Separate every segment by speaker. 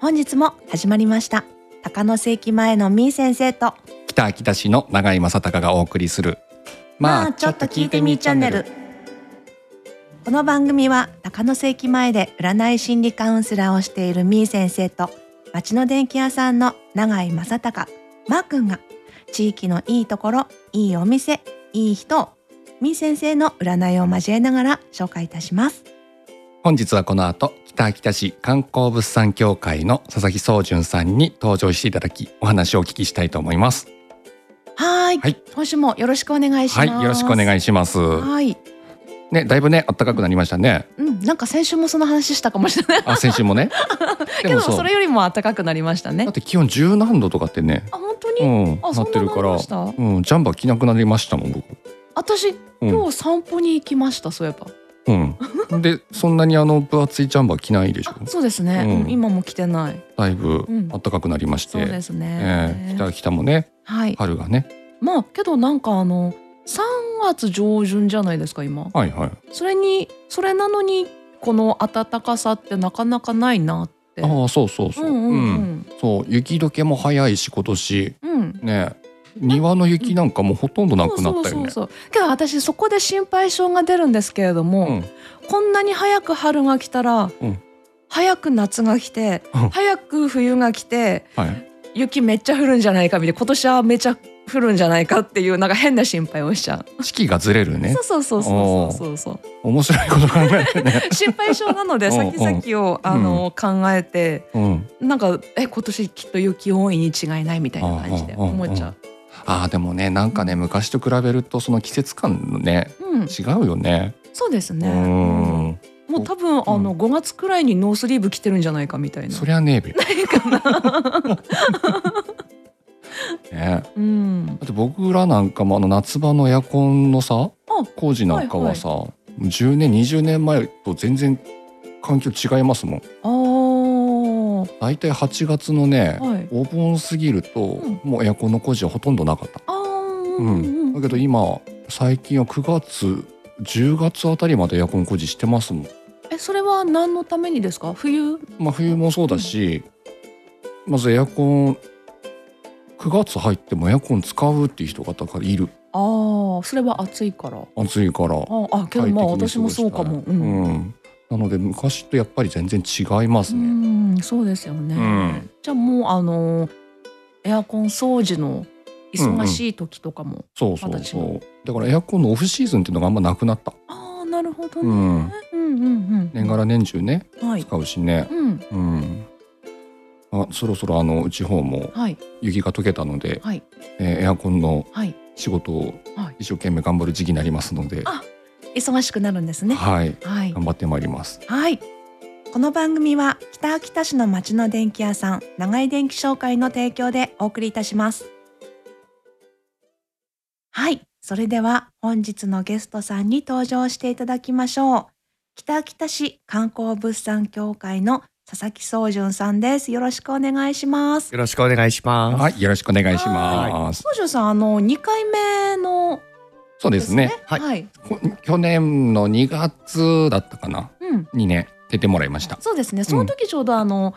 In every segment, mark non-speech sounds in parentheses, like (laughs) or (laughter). Speaker 1: 本日も始まりました高野世紀前のみー先生と
Speaker 2: 北秋田市の永井正隆がお送りする
Speaker 1: まあちょっと聞いてみーチャンネルこの番組は高野世紀前で占い心理カウンセラーをしているみー先生と町の電気屋さんの永井正隆まーくんが地域のいいところいいお店いい人をみー先生の占いを交えながら紹介いたします
Speaker 2: 本日はこの後北秋田市観光物産協会の佐々木宗純さんに登場していただきお話をお聞きしたいと思います
Speaker 1: はーい
Speaker 2: はい
Speaker 1: 今週もよろしくお願いしま
Speaker 2: は
Speaker 1: す
Speaker 2: いよろしくお願いします
Speaker 1: はい
Speaker 2: ねだいぶね暖かくなりましたね
Speaker 1: うん、なんか先週もその話したかもしれない
Speaker 2: あ先週
Speaker 1: (laughs)
Speaker 2: もね
Speaker 1: けどそれよりも暖かくなりましたね
Speaker 2: だって気温十何度とかってね
Speaker 1: あ本当
Speaker 2: う
Speaker 1: に、
Speaker 2: ん
Speaker 1: あ
Speaker 2: な
Speaker 1: そ
Speaker 2: っ
Speaker 1: ん
Speaker 2: て
Speaker 1: な
Speaker 2: る
Speaker 1: のあ
Speaker 2: か
Speaker 1: り
Speaker 2: ら
Speaker 1: ました
Speaker 2: うんジャンバー着なくなりましたもん僕
Speaker 1: 私
Speaker 2: うん
Speaker 1: 今日散歩に行きましたそういえば
Speaker 2: うんでそんなにあの分厚いジャンバー着ないでしょ
Speaker 1: あそうですね、
Speaker 2: うん
Speaker 1: うん今も来てない
Speaker 2: だいぶ
Speaker 1: うん
Speaker 2: 暖かくなりまし
Speaker 1: そう
Speaker 2: て
Speaker 1: ですね
Speaker 2: え、え北秋田もね
Speaker 1: はい
Speaker 2: 春がね
Speaker 1: まあけどなんかあの3月上旬じゃないですか今
Speaker 2: はいはい
Speaker 1: それにそれなのにこの暖かさってなかなかないなって
Speaker 2: ああそうそうそうう、
Speaker 1: んうんうん
Speaker 2: そう雪解けも早いし今年
Speaker 1: うん
Speaker 2: ね庭の雪なんかもうほとんどなくなった
Speaker 1: そ
Speaker 2: よ
Speaker 1: うそう
Speaker 2: ね
Speaker 1: そうそうけど私そこで心配性が出るんですけれども、
Speaker 2: うん
Speaker 1: こんなに早く春が来たら、
Speaker 2: うん
Speaker 1: 早く夏が来て、
Speaker 2: うん
Speaker 1: 早く冬が来て
Speaker 2: はい
Speaker 1: 雪めっちゃ降るんじゃないかみたいな今年はめちゃ降るんじゃないかっていうなんか変な心配をしちゃう、
Speaker 2: 四季がずれるね
Speaker 1: そうそうそうそうそうそう
Speaker 2: 面白いこと考える
Speaker 1: (laughs)
Speaker 2: ね、
Speaker 1: 心配性なので
Speaker 2: (laughs) うん
Speaker 1: 先々をあの、考えて
Speaker 2: うん、
Speaker 1: なんかえ今年きっと雪多いに違いないみたいな感じで
Speaker 2: うんうんうんうん
Speaker 1: 思っちゃう。
Speaker 2: ああでもねなんかね昔と比べるとその季節感のね
Speaker 1: うん、
Speaker 2: 違うよね
Speaker 1: そうですね。
Speaker 2: う
Speaker 1: うん
Speaker 2: ん
Speaker 1: もう多分あの5月くらいにノースリーブ着てるんじゃないかみたいな。
Speaker 2: そりゃねえべ
Speaker 1: ないかな。
Speaker 2: (laughs) ね
Speaker 1: うん。
Speaker 2: だって僕らなんかもあの夏場のエアコンのさ
Speaker 1: あ
Speaker 2: 工事なんかはさ、10年20年前と全然環境違いますもん
Speaker 1: ああ。
Speaker 2: 大体8月のね、
Speaker 1: はい
Speaker 2: お盆過ぎると、
Speaker 1: ん
Speaker 2: もうエアコンの工事はほとんどなかった、
Speaker 1: ああ。う
Speaker 2: うんん、だけど今最近は9月10月あたりまでエアコン工事してますもん、
Speaker 1: え、それは何のためにですか。冬。
Speaker 2: まあ、冬もそうだし、まずエアコン9月入ってもエアコン使うっていう人方がいる
Speaker 1: ああ、それは暑いから。
Speaker 2: 暑いから
Speaker 1: ああ、けど、まあ、私もそうかも。う。
Speaker 2: 快適に過ごしたいうんんなので昔とやっぱり全然違います
Speaker 1: う
Speaker 2: ね、
Speaker 1: ん、そうですよね。
Speaker 2: うん
Speaker 1: じゃあ、もう、あの。エアコン掃除の。忙しい時とかも。
Speaker 2: そうそうそ
Speaker 1: 私も
Speaker 2: うだからエアコンのオフシーズンっていうのがあんまなくなった
Speaker 1: ああ、なるほど
Speaker 2: う
Speaker 1: ね。
Speaker 2: ん
Speaker 1: うん、うん、うん。
Speaker 2: 年がら年中ね
Speaker 1: はい。
Speaker 2: 使うしね
Speaker 1: うん。
Speaker 2: うんあそろそろあのうち方も
Speaker 1: はい。
Speaker 2: 雪が溶けたので、
Speaker 1: はい。
Speaker 2: えーエアコンの
Speaker 1: はい。
Speaker 2: 仕事を
Speaker 1: はい
Speaker 2: 一生懸命頑張る時期になりますので、
Speaker 1: あ忙しくなるんですね。
Speaker 2: はい、
Speaker 1: はい。
Speaker 2: 頑張ってまいります。
Speaker 1: はい。この番組は北秋田市の町の電気屋さん長井電気商会の提供でお送りいたします。はい。それでは本日のゲストさんに登場していただきましょう。北秋田市観光物産協会の佐々木宗純さんです。よろしくお願いします。
Speaker 3: よろしくお願いします。
Speaker 2: はい、よろしくお願いします。
Speaker 1: 宗純さん、あの2回目の
Speaker 2: そうですね。
Speaker 3: はい
Speaker 1: はい。
Speaker 2: こ去年の2月だったかな
Speaker 1: うん。
Speaker 2: にね出てもらいました。
Speaker 1: そうですね。その時ちょうどあの、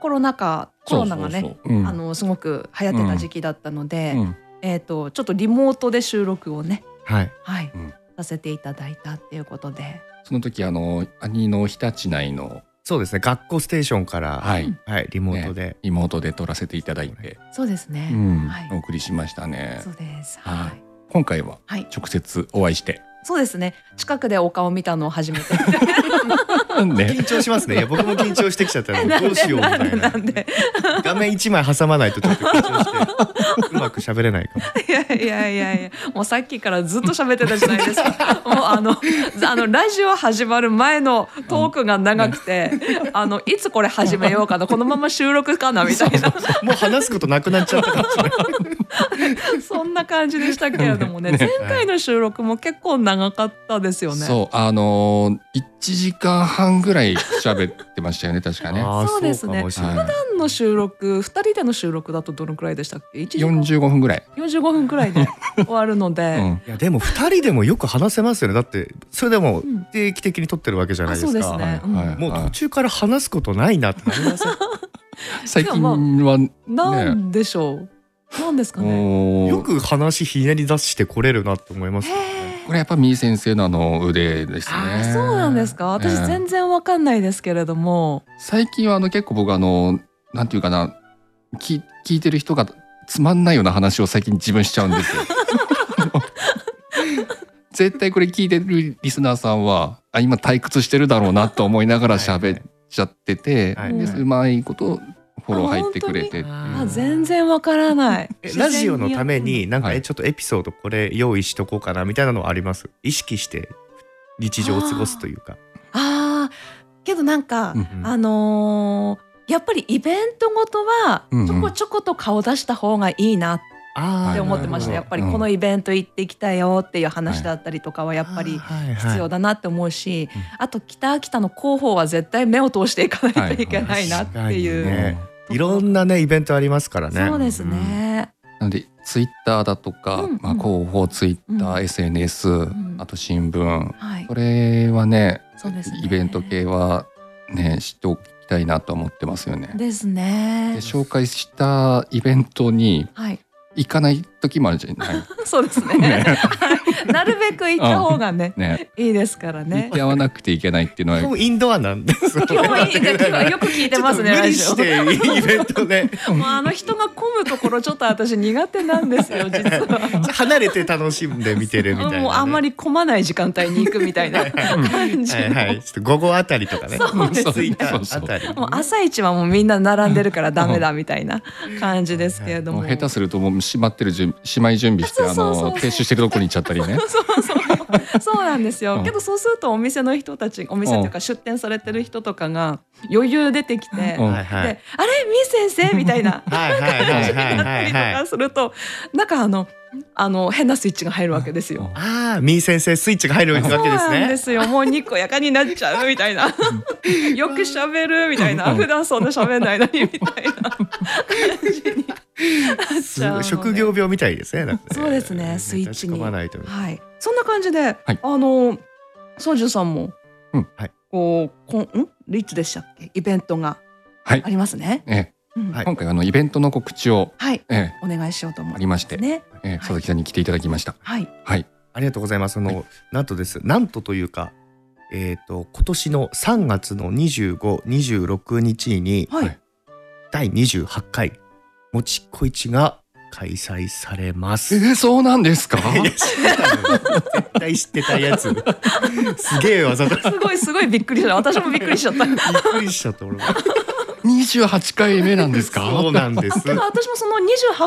Speaker 1: コロナ禍、コロナがね、
Speaker 2: そうそうそううん
Speaker 1: あのすごく流行ってた時期だったので、
Speaker 2: うん
Speaker 1: えっ、とちょっとリモートで収録をね、
Speaker 3: はい。
Speaker 1: はい、
Speaker 2: うん
Speaker 1: させていただいたっていうことで、
Speaker 2: その時あの兄の日立内の
Speaker 3: そうですね。学校ステーションか
Speaker 2: は
Speaker 3: ら、はい、
Speaker 2: い
Speaker 3: リモートで。
Speaker 2: 妹で撮らせていただいて、
Speaker 1: そうですね
Speaker 2: う。ん
Speaker 1: はい
Speaker 2: お送りしましたね
Speaker 1: そ。うです。
Speaker 2: はい
Speaker 1: はい。
Speaker 2: 今回は
Speaker 1: はい。
Speaker 2: 直接お会い
Speaker 1: (laughs)
Speaker 2: して、
Speaker 1: そうですね。近くでお顔見たのを初め
Speaker 2: (laughs)
Speaker 1: て。
Speaker 2: ね
Speaker 3: 緊張しますね。いや、僕も緊張してきちゃった
Speaker 1: え
Speaker 3: の
Speaker 1: (laughs) な
Speaker 3: で、ど
Speaker 1: ん
Speaker 3: うし
Speaker 1: で
Speaker 3: ようみ
Speaker 1: な
Speaker 3: た
Speaker 1: んで
Speaker 3: いな
Speaker 1: な。んで。
Speaker 3: 画面一枚挟まないと、ちょっと緊張して、うまく喋れないかも。
Speaker 1: いやいやいやいや。もうさっきからずっと喋ってたじゃないです
Speaker 2: (laughs)
Speaker 1: か。もうあのあのラジオ始まる前のトークが長くて、あのい
Speaker 2: (laughs)
Speaker 1: つこれ始めようかな、このまま収録かなみたいな。 (laughs)
Speaker 3: もう話すことなくなっちゃったかもしれない。
Speaker 1: そんな感じでしたけれどもね
Speaker 2: ね
Speaker 1: 前回の収録も結構長かったですよね。
Speaker 2: そうあのー、1時間半ぐらい喋ってましたよね確かね。
Speaker 3: あー
Speaker 1: そうですね
Speaker 3: かもしれない
Speaker 2: はい
Speaker 1: 普段の収録2人での収録だとどのくらいでしたっけ1時間
Speaker 2: 45分ぐらい。
Speaker 1: 45分くらいで終わるの
Speaker 2: (laughs) う
Speaker 1: で、
Speaker 2: ん、
Speaker 3: いやでも二人でもよく話せますよねだってそれでも
Speaker 1: うん
Speaker 3: 定期的に撮ってるわけじゃないですか
Speaker 1: あそうですねうん
Speaker 2: はいはい
Speaker 3: もう
Speaker 2: は
Speaker 3: 途中から話すことないなってなりません
Speaker 2: い最近は、
Speaker 1: なんでしょう、なんですかね。
Speaker 2: おー
Speaker 3: よく話ひねり出してこれるなって思いますよね
Speaker 1: へー
Speaker 2: これやっぱみー先生のあの腕ですね。
Speaker 1: あーそうなんですか私
Speaker 2: ええ
Speaker 1: 全然わかんないですけれども、
Speaker 2: 最近はあの結構僕あのなんていうかな聞聞いてる人がつまんないような話を最近自分しちゃうんですよ。 (laughs) 絶対これ聞いてるリスナーさんはあ今退屈してるだろうなと思いながら喋っちゃってて、
Speaker 3: はい
Speaker 1: はい
Speaker 2: でうまいことフォロー入ってくれて
Speaker 3: あ本当に
Speaker 1: あ全然わからない
Speaker 3: えラジオのためになんか、
Speaker 2: はい
Speaker 3: えちょっとエピソードこれ用意しとこうかなみたいなのはあります意識して日常を過ごすというか
Speaker 1: ああけどなんか、
Speaker 2: うん
Speaker 3: うん
Speaker 1: あのーやっぱりイベントごとは
Speaker 2: うんうん
Speaker 1: ちょこちょこと顔出した方がいいなっ
Speaker 3: あ
Speaker 1: て
Speaker 3: ー
Speaker 1: 思ってました、
Speaker 2: はい
Speaker 1: やっぱりこのイベント行ってきたよっていう話だったりとかはやっぱり
Speaker 3: はいはい
Speaker 1: 必要だなって思うし、
Speaker 2: うん
Speaker 1: あと北秋田の広報は絶対目を通していかないといけないなっていう、
Speaker 3: はいはいねい
Speaker 1: な、
Speaker 3: ろんなねイベントありますからね
Speaker 1: そうですね、
Speaker 2: なのでツイッターだとか、
Speaker 1: うんうん
Speaker 2: まあ、広報ツイッター、
Speaker 1: うん
Speaker 2: SNS、
Speaker 1: ん
Speaker 2: あと新聞
Speaker 1: はい
Speaker 2: これはね
Speaker 1: そうですね
Speaker 2: イベント系はね知っておきたいなと思ってますよね。
Speaker 1: です
Speaker 2: で
Speaker 1: ね
Speaker 2: 紹介したイベントに
Speaker 1: はい (laughs)
Speaker 2: 行かない時もあるじゃない
Speaker 1: そうですね
Speaker 2: ね
Speaker 1: はいなるべく行った方がね
Speaker 2: ね
Speaker 1: いいですからね
Speaker 2: 行き合わなくていけないっていうの
Speaker 1: (laughs)
Speaker 3: 基
Speaker 2: は
Speaker 3: 本インドアなんですよね
Speaker 1: 基本いい今日よく聞いてますね
Speaker 3: ちょっと無
Speaker 1: ラ
Speaker 3: 理
Speaker 1: ジ
Speaker 3: し
Speaker 1: オ
Speaker 3: てイベントね
Speaker 1: も
Speaker 3: (laughs)
Speaker 1: うあの人が混むところちょっと私苦手なんですよ実は。
Speaker 3: 離れて楽しんで見てるみたいな、ね、
Speaker 1: もうあんまり混まない時間帯に行くみたいな感じの
Speaker 3: はいはいちょっと午後あたりとか
Speaker 1: (laughs)
Speaker 3: ね
Speaker 1: そうですね
Speaker 3: 着いたあたり
Speaker 1: もう朝一はもうみんな並んでるからダメだみたいな感じですけれど
Speaker 2: も
Speaker 1: も
Speaker 2: う下手するともう閉まってる準しまい準備して
Speaker 1: あ
Speaker 2: あ
Speaker 1: そうそうそう
Speaker 2: の停止してるとこに行っちゃったりね
Speaker 1: そうそうそうなんです
Speaker 2: う
Speaker 1: よ
Speaker 2: ん
Speaker 1: けどそうするとお店の人たちお店というか出店されてる人とかが余裕出てきてで
Speaker 2: う
Speaker 1: 「
Speaker 2: ん
Speaker 3: はい
Speaker 1: あ
Speaker 3: は
Speaker 1: れ
Speaker 3: い
Speaker 1: みー先生」みたいな
Speaker 3: はいは
Speaker 1: (laughs)
Speaker 3: いはいはい
Speaker 1: なった
Speaker 3: は
Speaker 1: り
Speaker 3: い
Speaker 1: と
Speaker 3: は
Speaker 1: か
Speaker 3: い
Speaker 1: するとなんかあのあの変なスイッチが入るわけですよ。
Speaker 3: ああみー先生スイッチが入るわけ
Speaker 1: そう
Speaker 3: です
Speaker 1: なんで
Speaker 3: ね
Speaker 1: すよ。もうにこやかになっちゃうみたいな。よく喋るみたいうな。
Speaker 2: ん
Speaker 1: 普段そんな喋んないのにみたいな感じになっちゃうので。
Speaker 3: 職業病みたいですねだって
Speaker 1: そうですねスイッチに
Speaker 3: 立ち込まないと
Speaker 1: はい。そんな感じで、
Speaker 2: はい
Speaker 1: あのソジュンさんも、
Speaker 2: うん
Speaker 3: はい
Speaker 1: こうこんんリッチでしたっけイベントが
Speaker 2: はい
Speaker 1: ありますね。
Speaker 2: え
Speaker 1: うん
Speaker 3: は
Speaker 2: え
Speaker 3: い
Speaker 2: 今回あのイベントの告知を、
Speaker 1: はい。
Speaker 2: え
Speaker 1: お願いしようと思います、ね。
Speaker 2: ありまして
Speaker 1: ね。
Speaker 2: えええ佐々木さんに来ていただきました
Speaker 1: はい。
Speaker 2: はい
Speaker 3: ありがとうございますあの、なんとですなんとというかえっ、と今年の3月の2526日に
Speaker 1: はい。
Speaker 2: はい
Speaker 3: 第28回もちこいちが開催されます
Speaker 2: ええそうなんで
Speaker 1: (laughs)
Speaker 2: すか
Speaker 3: いや知ってたのよ絶対知ってたやつすげえわざとびっ
Speaker 1: すごいすごいびっくりした。私もびっくりしちゃった。
Speaker 3: くりしちゃった俺も
Speaker 2: 28回目なんですか
Speaker 3: そうなんです
Speaker 1: けど私もその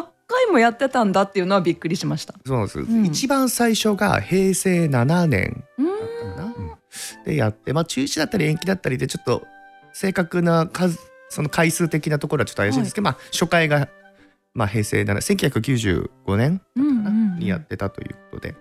Speaker 1: 28回もやってたんだっていうのはびっくりしました。
Speaker 3: そうなんです、
Speaker 1: ん
Speaker 3: 一番最初が平成7年
Speaker 1: う
Speaker 3: だったかな、
Speaker 2: うん
Speaker 3: でやってまあ中止だったり延期だったりでちょっと正確な数その回数的なところはちょっと怪しいんですけど、まあ初回が、まあ、平成7 1995年
Speaker 1: んうん
Speaker 3: にやってたということで、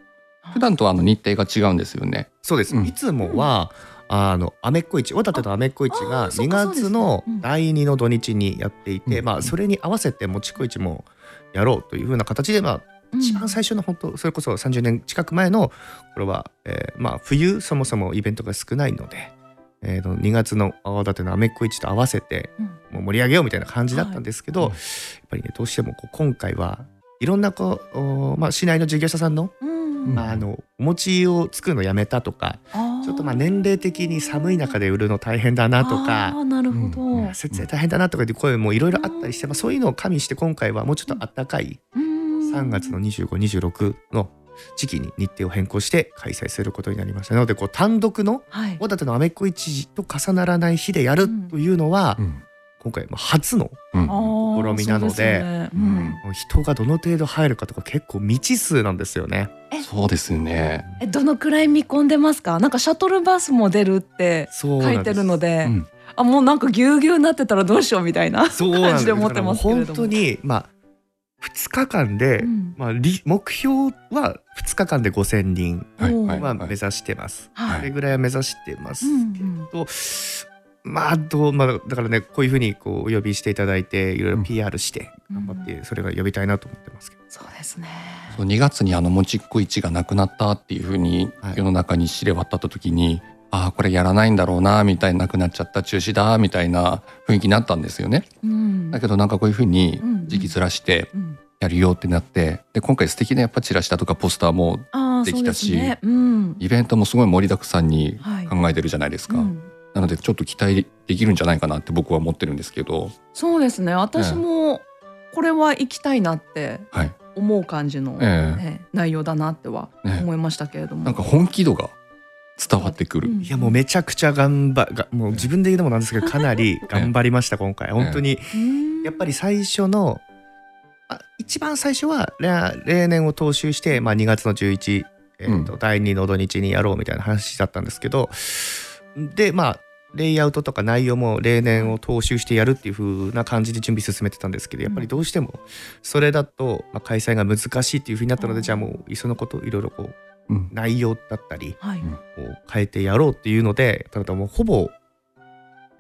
Speaker 2: 普段とあの日程が違うんですよね
Speaker 3: そうです、
Speaker 2: うん
Speaker 3: いつもはあのアメッコ市小館のアメッコ市
Speaker 1: ああ
Speaker 3: が
Speaker 1: ーそう
Speaker 3: 2
Speaker 1: かそうです
Speaker 3: 月の
Speaker 1: うん
Speaker 3: 第2の土日にやっていて、
Speaker 2: うん
Speaker 3: まあそれに合わせてもちこ市もやろうというふうな形でまあ一番最初の本当それこそ30年近く前の頃は、えーまあ冬そもそもイベントが少ないので、えーと2月の泡立てのアメッコ市と合わせて
Speaker 1: うん
Speaker 3: もう盛り上げようみたいな感じだったんですけど、
Speaker 2: はい
Speaker 3: やっぱりねどうしてもこう今回はいろんなこう、おーまあ、市内の事業者さんの,、
Speaker 1: うん
Speaker 3: まあ、あのお餅を作るのやめたとかちょっとまあ年齢的に寒い中で売るの大変だなと
Speaker 1: あ
Speaker 3: か
Speaker 1: ーなるほど、
Speaker 2: うん
Speaker 3: 節制大変だなとかっていう声もいろいろあったりして、
Speaker 1: うん
Speaker 3: まあ、そういうのを加味して今回はもうちょっとあったかい3
Speaker 1: 3
Speaker 3: 月の2526の時期に日程を変更して開催することになりましたなのでこう単独の
Speaker 1: はい
Speaker 3: 小館のアメッコ市時と重ならない日でやるというのは、
Speaker 2: うん
Speaker 3: 今回も初の
Speaker 2: うん
Speaker 3: 試みな
Speaker 1: あーそ
Speaker 3: ので
Speaker 1: うすねう
Speaker 2: うん
Speaker 1: ん、
Speaker 3: 人がどの程度入るかとか結構未知数なんですよね。
Speaker 2: そうですね
Speaker 1: えどのくらい見込んでますかなんかシャトルバスも出るって
Speaker 3: そう
Speaker 1: 書
Speaker 3: ないんで
Speaker 1: て
Speaker 3: す
Speaker 1: るので、
Speaker 2: うん
Speaker 1: あもうなんかぎゅうぎゅうになってたらどうしようみたいな
Speaker 3: そうなんです
Speaker 1: 感じで思ってますけれども
Speaker 3: だからもう本当にまあ2日間で、
Speaker 1: うん
Speaker 3: まあ、り目標は2日間で5,000人
Speaker 2: はいはい
Speaker 3: は目指してます。
Speaker 1: は
Speaker 3: それぐらいは目指してます
Speaker 1: うん
Speaker 3: け
Speaker 1: うん
Speaker 3: ど、まあどう、まあ、だからねこういうふうにこうお呼びしていただいていろいろ PR して頑張ってそれが呼びたいなと思ってますけど、
Speaker 1: そうですね。
Speaker 2: そう2月にあのもちっこ市がなくなったっていうふうに
Speaker 3: はい
Speaker 2: 世の中に知れ渡った時に、ああこれやらないんだろうなみたいななくなっちゃった中止だみたいな雰囲気になったんですよね。
Speaker 1: うん
Speaker 2: だけどなんかこういうふうに
Speaker 1: うん
Speaker 2: 時期ずらして
Speaker 1: うん
Speaker 2: やるよってなってで今回素敵なやっぱチラシだとかポスターも
Speaker 1: ああ
Speaker 2: できたし
Speaker 1: そうですねうん
Speaker 2: イベントもすごい盛りだくさんに
Speaker 1: はい
Speaker 2: 考えてるじゃないですか、
Speaker 1: うん
Speaker 2: なのでちょっと期待できるんじゃないかなって僕は思ってるんですけど、
Speaker 1: そうですね。私もこれは行きたいなって
Speaker 2: はい
Speaker 1: 思う感じの、
Speaker 2: え
Speaker 1: ね内容だなっては
Speaker 2: ね
Speaker 1: 思いましたけれども。
Speaker 2: なんか本気度が伝わってくる、
Speaker 1: うん
Speaker 3: いやもうめちゃくちゃ頑張がもう自分で言うのもなんですけどかなり頑張りました今回本当に
Speaker 1: うん
Speaker 3: やっぱり最初のあ一番最初は例例年を踏襲して、まあ、2月の11、えーと
Speaker 2: う
Speaker 3: 第2の土日にやろうみたいな話だったんですけどでまあレイアウトとか内容も例年を踏襲してやるっていう風な感じで準備進めてたんですけどやっぱりどうしてもそれだと、まあ、開催が難しいっていう風になったので、
Speaker 1: うん
Speaker 3: じゃあもういっそのこといろいろこう
Speaker 2: うん
Speaker 3: 内容だったり
Speaker 1: はい。
Speaker 2: うん
Speaker 3: こう変えてやろうっていうのでただもうほぼ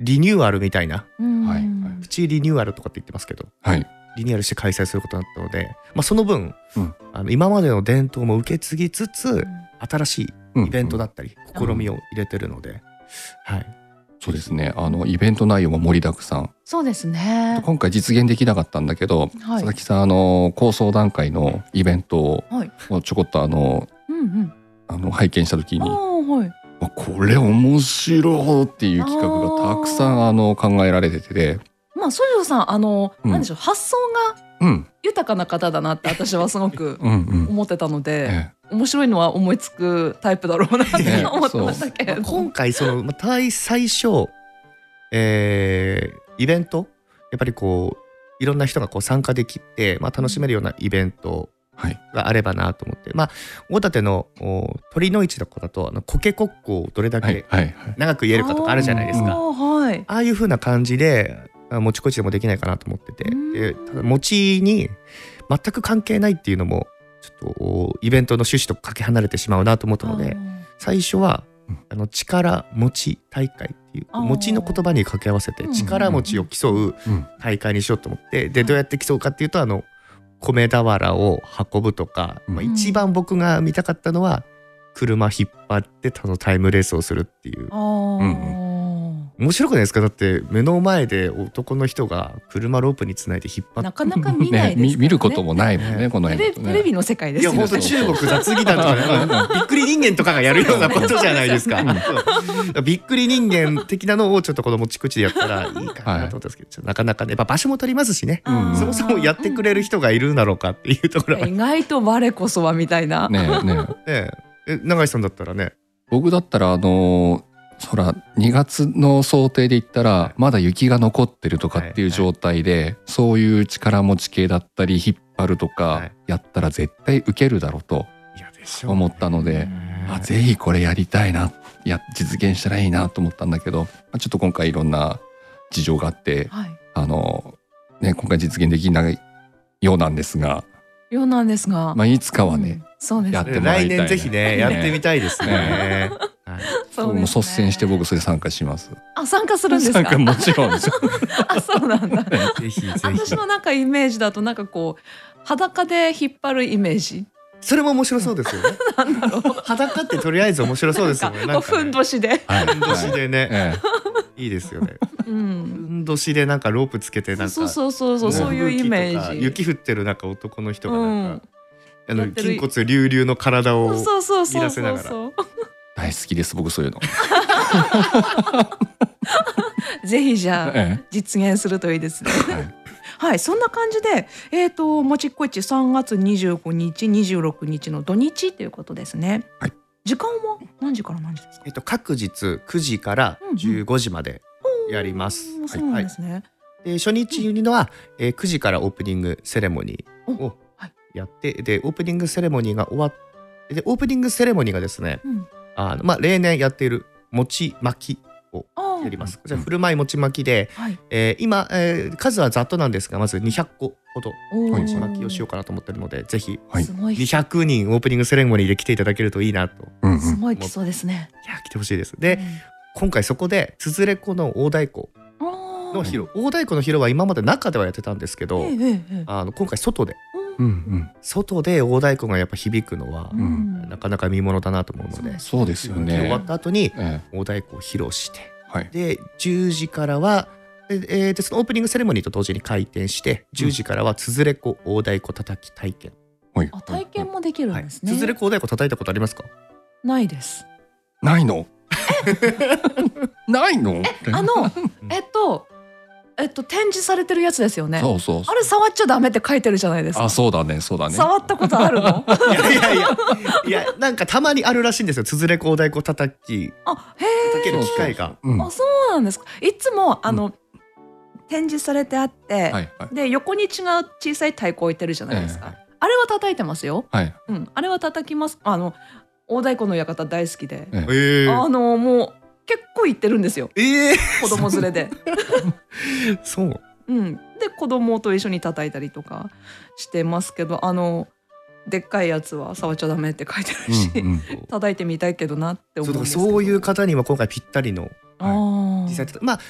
Speaker 3: リニューアルみたいな
Speaker 1: うん
Speaker 2: はいはい
Speaker 3: プチリニューアルとかって言ってますけど
Speaker 2: はい
Speaker 3: リニューアルして開催することになったので、まあ、その分、
Speaker 2: うん
Speaker 3: あの今までの伝統も受け継ぎつつ新しい
Speaker 2: うん
Speaker 3: イベントだったり、試みを入れてるので、はい、
Speaker 2: そうですねあのイベント内容も盛りだくさん
Speaker 1: そうですね。
Speaker 2: 今回実現できなかったんだけど、
Speaker 1: はい
Speaker 2: 佐々木さんあの構想段階のイベントを
Speaker 1: はい。
Speaker 2: もうちょこっとあの
Speaker 1: うんうん。
Speaker 2: あの拝見した時
Speaker 1: あ
Speaker 2: に
Speaker 1: あはい。
Speaker 2: わこれ面白いっていう企画がたくさんあの考えられてて、
Speaker 1: まあソジョさんあの、
Speaker 2: うん
Speaker 1: なんでしょう発想が
Speaker 2: うん、
Speaker 1: 豊かな方だなって私はすごく
Speaker 2: (laughs) うんうん
Speaker 1: 思ってたので、
Speaker 2: え
Speaker 1: 面白いのは思いつくタイプだろうなっ
Speaker 2: (laughs)
Speaker 3: ね
Speaker 1: て思ってましたけれど
Speaker 3: まあ
Speaker 1: も。
Speaker 3: 今回その、まあ、大最初、えーイベントやっぱりこういろんな人がこう参加できて、まあ、楽しめるようなイベント
Speaker 2: はい
Speaker 3: があればなと思って、まあ大館のお鳥の市とかだとあのコケコッコをどれだ
Speaker 2: えはい
Speaker 3: け
Speaker 2: はいはい
Speaker 3: 長く言えるかとかあるじゃないですか。
Speaker 1: あーはい。
Speaker 3: ああいう風な感じであもちこちでもできないかなと思ってて
Speaker 1: うん
Speaker 3: でただ餅に全く関係ないっていうのもちょっとおイベントの趣旨とかけ離れてしまうなと思ったので最初は
Speaker 2: うん
Speaker 3: あの力持ち大会っていう
Speaker 1: あー
Speaker 3: 餅の言葉に掛け合わせて
Speaker 1: うん
Speaker 3: 力持ちを競う
Speaker 2: うん
Speaker 3: 大会にしようと思ってでどうやって競うかっていうとあの米俵を運ぶとか、まあ、
Speaker 1: うん
Speaker 3: 一番僕が見たかったのは車引っ張ってそのタイムレースをするっていう
Speaker 1: あー
Speaker 2: う
Speaker 3: 面白くないですかだって目の前で男の人が車ロープにつないで引っ張
Speaker 1: な
Speaker 3: っ
Speaker 1: かなか見
Speaker 2: (laughs)
Speaker 1: ないですからね。
Speaker 2: み見ることもないもんね
Speaker 3: ね
Speaker 2: この
Speaker 1: テ
Speaker 2: 辺
Speaker 1: レ
Speaker 2: だとね
Speaker 1: テレビの世界で
Speaker 3: てい
Speaker 1: すよ
Speaker 3: や
Speaker 1: ね。
Speaker 3: 本当中国雑技団と (laughs) かねびっくり人間とかがやるようなことじゃないですか
Speaker 2: そうで
Speaker 3: そうびっくり人間的なのをちょっとこのもち口でやったらいいかなと思ったんですけど、ちょっとなかなかねやっぱ場所も取りますしね
Speaker 1: あー
Speaker 3: そもそもやってくれる人がいるんだろうかっていうところは
Speaker 1: 意外と我こそはみたいな。
Speaker 2: ねえねえ
Speaker 3: ねえ永井さんだったらね
Speaker 2: 僕だったらあのーほら2月の想定で言ったらまだ雪が残ってるとかっていう状態で、そういう力持ち系だったり引っ張ると
Speaker 3: は
Speaker 2: か
Speaker 3: い
Speaker 2: やったら絶対受けるだろうと
Speaker 3: いやでしょう
Speaker 2: 思ったので、
Speaker 3: ね
Speaker 2: あぜひこれやりたいないや実現したらいいなと思ったんだけどまあちょっと今回いろんな事情があって
Speaker 1: はい。
Speaker 2: あのー、ね、今回実現できないようなんですが、
Speaker 1: ようなんですが。
Speaker 2: まあ、いつかはね
Speaker 1: う、んそうです
Speaker 2: やっ
Speaker 1: ね。
Speaker 2: てもらいたい
Speaker 3: 来
Speaker 2: ね
Speaker 3: 年ぜひねやってみたいですね。はい
Speaker 1: そう
Speaker 2: も
Speaker 1: で
Speaker 2: う
Speaker 1: すね
Speaker 2: 率先して僕それ参加します。
Speaker 1: あ参加するんですか。
Speaker 2: 参加もちろんですよ
Speaker 1: あ (laughs) そうなん
Speaker 2: (laughs)
Speaker 1: だ。
Speaker 3: ぜひぜひ。
Speaker 1: 私のなんかイメージだとなんかこう裸で引っ張るイメージ
Speaker 3: それも面白そうですよね。
Speaker 1: (laughs) なんだろう。
Speaker 3: 裸ってとりあえず面白そうですよね。
Speaker 1: なんかこうふん
Speaker 3: し。
Speaker 1: どしで。
Speaker 2: はい
Speaker 3: ふんどしでね、
Speaker 2: ええ
Speaker 3: いいですよね。
Speaker 1: うん
Speaker 3: ふ。んどしでなんかロープつけてなんか。
Speaker 1: そうそうそうそう、
Speaker 2: ね
Speaker 1: そういうイメージ。
Speaker 3: 雪降ってる中男の人がなんか、
Speaker 1: ん
Speaker 3: あ
Speaker 1: やっ
Speaker 3: の
Speaker 1: てる
Speaker 3: 筋骨隆々の体を
Speaker 1: そうそうそう
Speaker 3: 見出
Speaker 1: そ
Speaker 3: せな
Speaker 1: う
Speaker 3: がら
Speaker 1: そう。
Speaker 2: 大好きです僕そういうの。
Speaker 1: ぜひじゃあ
Speaker 2: (laughs) え
Speaker 1: 実現するといいですね。
Speaker 2: えはい
Speaker 1: はい、そんな感じで、えっ、ともちっこいち3月25日、26日の土日ということですね。
Speaker 2: はい
Speaker 1: 時間は何時から何時ですか。
Speaker 3: えっと各日9時から15時まで。やります
Speaker 1: おーそうなんですね。
Speaker 3: で初日いうのは、えー9時からオープニングセレモニーを
Speaker 1: はい
Speaker 3: やって、でオープニングセレモニーが終わってでオープニングセレモニーがですね
Speaker 1: うん
Speaker 3: あの、まあ、例年やっている餅巻き
Speaker 1: あー
Speaker 3: やります。こちら振る舞い餅巻きで、
Speaker 1: はい。
Speaker 3: えー今、えー数はざっとなんですがまず200個ほど
Speaker 1: お
Speaker 2: はい
Speaker 1: ー
Speaker 3: 餅巻きをしようかなと思ってるのでぜひ
Speaker 2: はい
Speaker 1: すごい。
Speaker 3: 200人オープニングセレモニーで来ていただけるといいなとい
Speaker 2: うんうん
Speaker 1: すごい来そうですね。
Speaker 3: や来てほしいです。で今回そこでつづれ湖の大太鼓
Speaker 1: うん、
Speaker 3: の
Speaker 1: おー
Speaker 3: 広大太鼓の広場は今まで中ではやってたんですけど、
Speaker 1: ええええええ
Speaker 3: あの今回外で
Speaker 2: うんうん
Speaker 3: 外で大太鼓がやっぱ響くのは
Speaker 1: う、ん
Speaker 3: なかなか見ものだなと思うの
Speaker 1: そう
Speaker 3: で
Speaker 1: で
Speaker 2: そうですよ
Speaker 3: 終わ
Speaker 2: ね
Speaker 3: っ。た後に
Speaker 2: ええ
Speaker 3: 大太鼓を披露して
Speaker 2: はい。
Speaker 3: で10時からはええーでそのオープニングセレモニーと同時に開店して10時からはつづれ湖大太鼓叩き体験、
Speaker 2: はい
Speaker 1: あ体験もできるん
Speaker 3: はい、
Speaker 1: です
Speaker 3: つ
Speaker 1: ね。
Speaker 3: づれ湖大太鼓叩いたことありますか
Speaker 1: ないです。
Speaker 2: ないの (laughs) ないの
Speaker 1: あの
Speaker 3: ん
Speaker 1: えっとえっと展示されてるやつですよね。
Speaker 2: そうそう
Speaker 1: あれ触っちゃダメって書いてるじゃないですか。
Speaker 2: あ、そうだね、そうだね。
Speaker 1: 触ったことあるの？
Speaker 3: いやいやいやいやなんかたまにあるらしいんですよつづれ湖大太鼓叩き
Speaker 1: あへ
Speaker 3: 叩け
Speaker 1: え。
Speaker 3: る機会が。
Speaker 2: うん。
Speaker 1: あ
Speaker 2: はい
Speaker 1: そうなんですか。いつもあの、展示されてあって、
Speaker 2: はい。
Speaker 1: で横に違う小さい太鼓置いてるじゃないですか。あれは叩いてますよ。
Speaker 2: はい。
Speaker 1: うん、あれは叩きます。あの大太鼓の館大好きで、
Speaker 2: え
Speaker 3: えー
Speaker 1: あのもう結構行ってるんですよ。
Speaker 3: え
Speaker 1: 子供連れ
Speaker 3: (laughs)
Speaker 1: で。
Speaker 3: ー、そう
Speaker 1: うん、で子供と一緒に叩いたりとかしてますけどあのでっかいやつは触っちゃダメって書いてあるし、
Speaker 2: うんうん
Speaker 1: 叩いてみたいけどなって思
Speaker 3: そううんだ
Speaker 1: で
Speaker 3: から
Speaker 1: すけど
Speaker 3: そういう方には今回ぴったりの
Speaker 1: あ
Speaker 3: 実際
Speaker 1: ー
Speaker 3: とまあ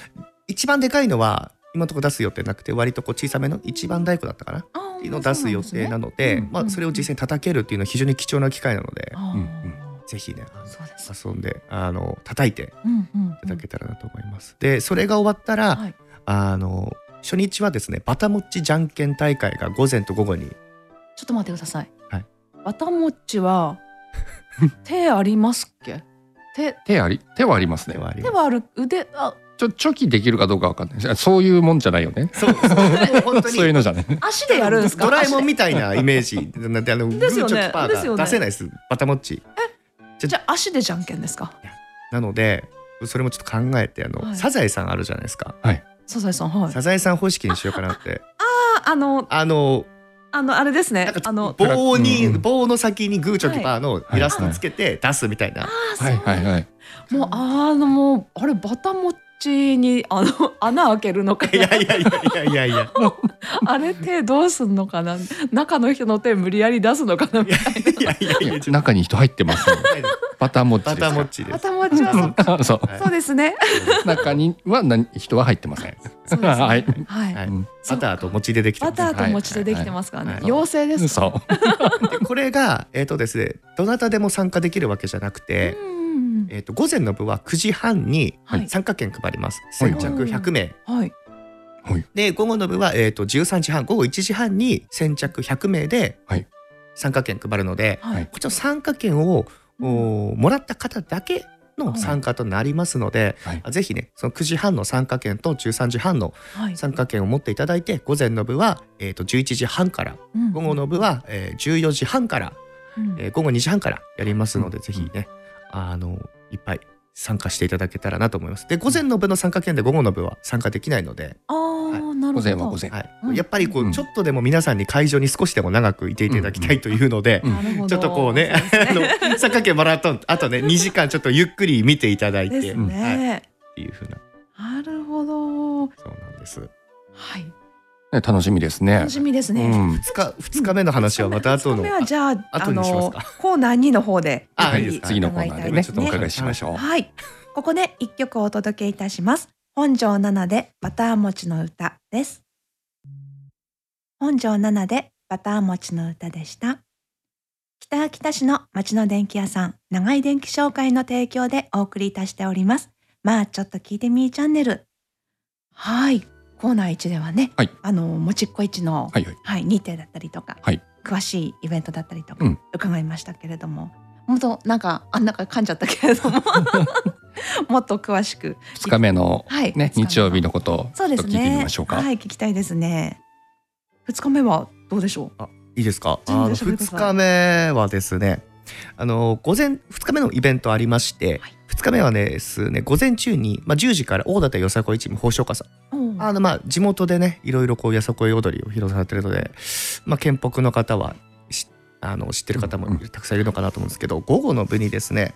Speaker 3: 一番でかいのは今のところ出す予定なくて割とこう小さめの一番太鼓だったかなっ
Speaker 1: あ
Speaker 3: ていうのを出す予定な
Speaker 1: の
Speaker 3: ので
Speaker 2: うん
Speaker 3: まあ、それを実際に叩けるっていうのは非常に貴重な機会なので
Speaker 1: あー、
Speaker 2: うんうん
Speaker 3: ぜひねあの
Speaker 1: そうです、
Speaker 3: 遊んであの叩いて
Speaker 1: うんうんうん
Speaker 3: いただけたらなと思います。でそれが終わったら、
Speaker 1: はい
Speaker 3: あの初日はですねバタモッチじゃんけん大会が午前と午後に
Speaker 1: ちょっと待ってください、
Speaker 3: はい、
Speaker 1: わたもち
Speaker 3: (laughs)
Speaker 1: は手ありますっけ手
Speaker 2: 手あり、手はあります
Speaker 3: で
Speaker 2: ね。
Speaker 3: はあり
Speaker 1: 手
Speaker 3: ます。
Speaker 1: はある腕あ
Speaker 2: ちょ、チョキできるかどうかわかんないしあ。そういうもんじゃないよね。
Speaker 3: そうそうもう本当に
Speaker 2: そういうのじゃね。
Speaker 1: 足でやるんですか
Speaker 3: ドラえ
Speaker 1: 足
Speaker 3: もん
Speaker 1: で
Speaker 3: みたいなイメージなんであのグー
Speaker 1: です
Speaker 3: チ
Speaker 1: よね
Speaker 3: ョキパ
Speaker 1: です
Speaker 3: ー
Speaker 1: よね
Speaker 3: が出せないですバタモッチ
Speaker 1: じゃあ足でじゃんけんですか
Speaker 3: なのでそれもちょっと考えてあの、
Speaker 1: はい
Speaker 3: サザエさんあるじゃないですか
Speaker 1: サザエさんはい
Speaker 3: サザエさん方式にしようかなって
Speaker 1: ああの
Speaker 3: あの
Speaker 1: あのあれですね
Speaker 3: なんか
Speaker 1: あの
Speaker 3: 棒に、
Speaker 2: うん
Speaker 3: 棒の先にグーチョキパーのイラストつけて出すみたいな、
Speaker 1: あーそう
Speaker 2: はいはいはい。
Speaker 1: もうあのもうあれバタもちにあの (laughs) 穴開けるのか
Speaker 3: い
Speaker 1: な
Speaker 3: やいやいやいやいやいや
Speaker 1: あれ手どうすんのかな中の人の手無理やり出すのかなみたい
Speaker 3: いやいやい
Speaker 2: い
Speaker 3: や
Speaker 2: や中に人入ってますよ。バター餅です
Speaker 3: バ
Speaker 2: か
Speaker 3: タ
Speaker 2: ら。
Speaker 3: モッチで
Speaker 1: な
Speaker 3: す
Speaker 1: バタもちはそっか
Speaker 2: (laughs) そう。
Speaker 3: はい
Speaker 1: そうです
Speaker 3: (laughs)
Speaker 1: ね
Speaker 2: 中には何人は入ってません。
Speaker 1: そうですね
Speaker 2: (laughs) は
Speaker 1: はいい、
Speaker 2: は
Speaker 3: はいい
Speaker 2: うん
Speaker 3: バターと餅でできて
Speaker 1: バ
Speaker 3: ます
Speaker 1: ターと餅でできてますからね、
Speaker 3: はいはい
Speaker 1: 妖精です
Speaker 2: そう。
Speaker 3: でこれがえっ、とですねどなたでも参加できるわけじゃなくて、
Speaker 1: うん
Speaker 3: えっ、と午前の部は9時半に
Speaker 1: はい
Speaker 3: 参加券配ります、
Speaker 2: はい
Speaker 3: 先着100名、
Speaker 1: はい
Speaker 3: で午後の部は、えー、と13時半午後1時半に先着100名で
Speaker 2: はい
Speaker 3: 参加券配るので、
Speaker 1: はい
Speaker 3: こっちの参加券を、
Speaker 1: うん
Speaker 3: おーもらった方だけの参加となりますので、
Speaker 2: はい
Speaker 3: ぜひねその9時半の参加券と13時半の
Speaker 1: はい
Speaker 3: 参加券を持っていただいて午前の部は、えー、と11時半から
Speaker 1: うん
Speaker 3: 午後の部は、えー、14時半から、
Speaker 1: うん
Speaker 3: えー午後2時半からやりますので、
Speaker 2: うん
Speaker 3: ぜひねあのいっぱい参加していただけたらなと思います。で午前の部の参加券で午後の部は参加できないので。
Speaker 1: あーなるほど
Speaker 2: 午前は午前。
Speaker 3: はい
Speaker 1: うん
Speaker 3: やっぱりこう、
Speaker 2: うん
Speaker 3: ちょっとでも皆さんに会場に少しでも長くいていただきたいというので、
Speaker 2: うん
Speaker 1: なるほど
Speaker 3: ちょっとこうね
Speaker 1: そですね
Speaker 3: あの三角形マラソンあとね2時間ちょっとゆっくり見ていただいて、
Speaker 1: です
Speaker 3: はい、っ
Speaker 1: ね、
Speaker 3: ていうふうな
Speaker 1: なるほど
Speaker 3: そうなんです
Speaker 1: はい
Speaker 2: ね楽しみですね
Speaker 1: 楽。しみですね、
Speaker 2: うん。
Speaker 3: 2日二日目の話はまた後の
Speaker 1: 二日目はじゃあ、あ
Speaker 3: 後にします
Speaker 1: の
Speaker 3: か、
Speaker 1: コーナー2の方で。
Speaker 3: あ
Speaker 2: はい
Speaker 3: いい
Speaker 1: ぜひ
Speaker 3: ですか
Speaker 2: 次のコーナーで
Speaker 1: 伺い
Speaker 2: ね、
Speaker 1: た
Speaker 2: ちょ
Speaker 1: い
Speaker 2: っとお伺いしましょう。
Speaker 1: はい。ここで一曲お届けいたします。本庄七でバター餅の歌です。本庄七でバター餅の歌でした。北秋田市の町の電気屋さん、長井電気商会の提供でお送りいたしております。まあちょっと聞いてみーチャンネル。はい。コーナー1ではね、
Speaker 2: はい
Speaker 1: あの、もちっこ1の
Speaker 2: はいはい。
Speaker 1: はい、日程だったりとか、
Speaker 2: はい
Speaker 1: 詳しいイベントだったりと
Speaker 2: うん
Speaker 1: か伺いましたけれども、もっとなんかあんなか噛んじゃったけれど
Speaker 2: (laughs)
Speaker 1: ももっと詳しく
Speaker 2: 二日目の
Speaker 1: はい
Speaker 2: ね
Speaker 1: 二日目の
Speaker 2: 日曜日のことをち
Speaker 1: そ
Speaker 2: ょ
Speaker 1: うで
Speaker 2: っと
Speaker 1: す
Speaker 2: 聞い
Speaker 1: ね
Speaker 2: てみましょうか。
Speaker 1: はい聞きたいですね二日目はどうでしょう
Speaker 3: いいですかあ
Speaker 1: 全然
Speaker 3: の
Speaker 1: 喋ってくだ
Speaker 3: 2
Speaker 1: さい
Speaker 3: 日目はですねあの午前2日目のイベントありまして、
Speaker 1: はい
Speaker 3: 二2日目はねですね午前中に、まあ、10時から大館よさこいチーム宝生花さん
Speaker 1: うん
Speaker 3: あのまあ地元でねいろいろこうよさこい踊りを披露されてるので、まあ、県北の方はしあの知ってる方
Speaker 2: うん
Speaker 3: も
Speaker 2: う
Speaker 3: たくさんいるのかなと思うんですけど、午後の部にですね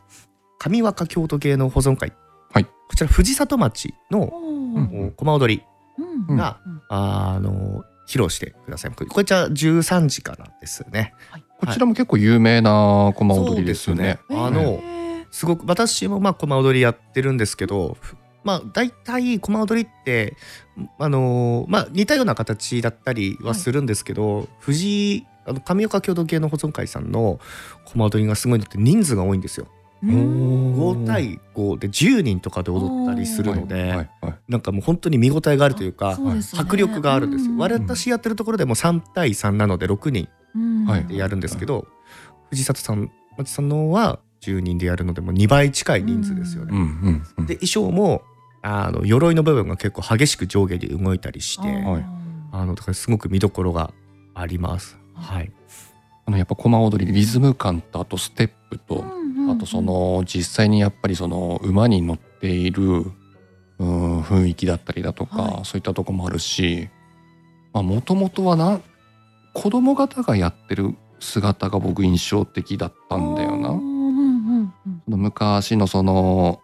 Speaker 3: 上若京都芸能保存会
Speaker 2: はい
Speaker 3: こちら藤里町の
Speaker 1: おー
Speaker 3: お駒踊り
Speaker 1: うん
Speaker 2: うん
Speaker 3: が、あの披露してくださいこれこちら13時からですね
Speaker 2: こちらも結構有名な駒踊りですよね。
Speaker 3: そうですよねあのすごく私もまあ駒踊りやってるんですけどふまあ大体駒踊りってあのーまあ似たような形だったりはするんですけど、藤井あの上岡共同系の保存会さんの駒踊りがすごいのって人数が多いんですよ。
Speaker 1: うん
Speaker 3: 5対5で10人とかで踊ったりする
Speaker 2: はい
Speaker 3: ので、
Speaker 2: はいはい
Speaker 3: なんかもう本当に見応えがあるというか
Speaker 1: そうですね
Speaker 3: 迫力があるんですよ。
Speaker 1: うん
Speaker 3: 我々私やってるところでも3対3なので6人
Speaker 1: うん
Speaker 2: はい
Speaker 3: でやるんですけど、藤里さん町さんのは10人でやるのでもう2倍近い人数ですよね。
Speaker 2: うんうんうん
Speaker 3: で衣装もあの鎧の部分が結構激しく上下で動いたりして
Speaker 1: あー
Speaker 3: あ
Speaker 2: はい
Speaker 3: のだからすごく見どころがあります。はい、
Speaker 2: あのやっぱ駒踊りリズム感とあとステップ
Speaker 1: う
Speaker 2: と、
Speaker 1: んうんうん
Speaker 2: あとその実際にやっぱりその馬に乗っているうん雰囲気だったりだとか、
Speaker 1: は
Speaker 2: そういったとこもあるしもともとはな子供方がやってる姿が僕印象的だったんだよ
Speaker 1: う。
Speaker 2: なん
Speaker 1: うんうん
Speaker 2: 昔のその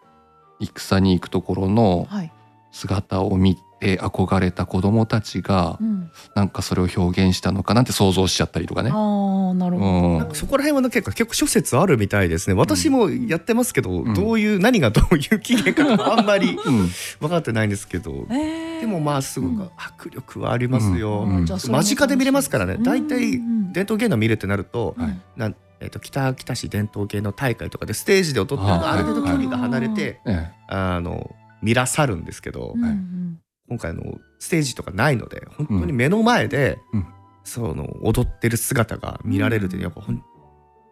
Speaker 2: 戦に行くところの
Speaker 1: はい
Speaker 2: 姿を見て憧れた子供たちが
Speaker 1: うん
Speaker 2: なんかそれを表現したのかなんて想像しちゃったりとかね。
Speaker 1: ああなるほど
Speaker 2: うん
Speaker 3: なんかそこら辺はね結構結構諸説あるみたいですね私もやってますけど、
Speaker 2: うん
Speaker 3: どういう何がどういう起源かとかあんま
Speaker 2: (laughs)
Speaker 3: り
Speaker 2: うん
Speaker 3: 分かってないんですけど
Speaker 1: えー
Speaker 3: でもまあすご
Speaker 1: う
Speaker 3: く
Speaker 1: ん
Speaker 3: 迫力はありますよ。
Speaker 2: うん
Speaker 1: じゃあそれも
Speaker 3: 間近で見れますからね
Speaker 1: うん
Speaker 3: 大体
Speaker 1: うん
Speaker 3: 伝統芸能見るってなると、
Speaker 2: はい
Speaker 3: なんえっと北秋田市伝統芸能大会とかでステージで踊ってると
Speaker 2: あー
Speaker 3: ある程度距離が離れて、
Speaker 2: え
Speaker 3: あの見らさるんですけど、
Speaker 1: うんうん
Speaker 3: 今回あのステージとかないので本当に目の前で、
Speaker 2: うん
Speaker 3: その踊ってる姿が見られるってやっぱほん、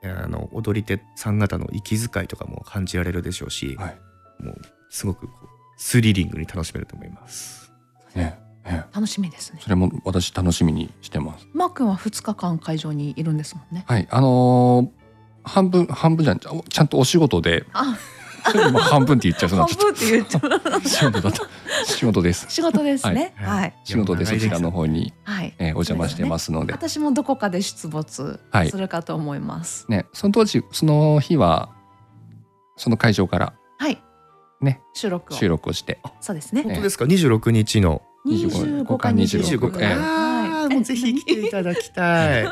Speaker 3: あの踊り手さん方の息遣いとかも感じられるでしょうし、
Speaker 2: はい
Speaker 3: もうすごくこうスリリングに楽しめると思います。
Speaker 2: えええ
Speaker 1: 楽しみですね
Speaker 2: それも私楽しみにしてます。
Speaker 1: マー君は2日間会場にいるんですもんね
Speaker 2: はい、あのー半分半分じゃんちゃんちゃんとお仕事で
Speaker 1: あ
Speaker 2: 今半分って言っちゃいそうに
Speaker 1: 半
Speaker 2: なっちゃ
Speaker 1: 分
Speaker 2: っ
Speaker 1: って言っちゃう
Speaker 2: た仕事だった (laughs) 仕事です
Speaker 1: 仕事ですね
Speaker 3: はい
Speaker 1: はい
Speaker 2: 仕事でそちらの方に、
Speaker 1: はい
Speaker 2: えーお邪魔してますので
Speaker 1: 私もどこかで出没
Speaker 2: はい
Speaker 1: するかと思います
Speaker 2: ねその当時その日はその会場から
Speaker 1: はい
Speaker 2: ね
Speaker 1: 収録を
Speaker 2: 収録をして
Speaker 1: そうですね
Speaker 2: え
Speaker 3: 本当ですか26日の
Speaker 1: 25か
Speaker 2: 26
Speaker 1: 26
Speaker 2: か
Speaker 1: か
Speaker 2: ええ
Speaker 3: あーもうぜひ来ていただきたい。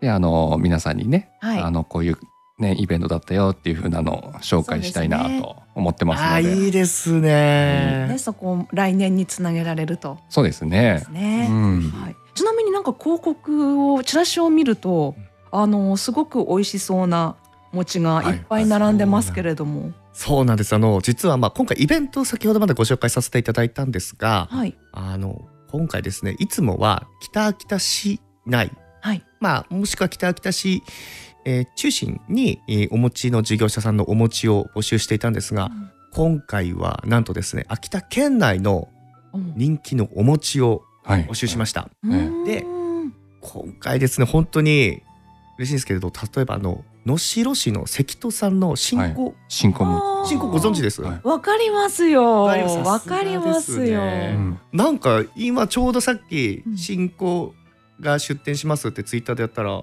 Speaker 2: であのー皆さんにね、
Speaker 1: はい
Speaker 2: あのこういうねイベントだったよっていう風なのを紹介したい
Speaker 1: そうです
Speaker 2: な
Speaker 1: ね
Speaker 2: と思ってます
Speaker 3: あ
Speaker 2: の
Speaker 3: ー
Speaker 2: で
Speaker 3: いいですね
Speaker 1: ね、。そこを来年につなげられると
Speaker 2: そうです
Speaker 1: で
Speaker 2: ね
Speaker 1: すね。
Speaker 2: うん
Speaker 1: はい、ちなみになんか広告をチラシを見るとあのすごく美味しそうな餅がいっぱい並んでますけれども、
Speaker 3: そうなんですあの実はまあ今回イベントを先ほどまでご紹介させていただいたんですが、
Speaker 1: はい
Speaker 3: あの今回ですねいつもは北秋田市内、
Speaker 1: はい
Speaker 3: まあ、もしくは北秋田市、えー中心に、えーお餅の事業者さんのお餅を募集していたんですが、今回はなんとですね秋田県内の
Speaker 1: うん
Speaker 3: 人気のお餅を
Speaker 2: はい
Speaker 3: 募集しました。
Speaker 1: うん
Speaker 3: で今回ですね本当に嬉しいんですけれど例えばあの能代市の関戸さんの新
Speaker 2: はい
Speaker 3: 婚、
Speaker 2: 新婚
Speaker 1: あ
Speaker 2: も
Speaker 1: ー
Speaker 3: 新婚ご存知です、
Speaker 2: はい
Speaker 1: わかりますよ
Speaker 3: わかります
Speaker 1: わかりますよ、
Speaker 3: さすがですね
Speaker 2: うん
Speaker 3: なんか今ちょうどさっき
Speaker 1: うん
Speaker 3: 新婚が出店しますってツイッターでやったら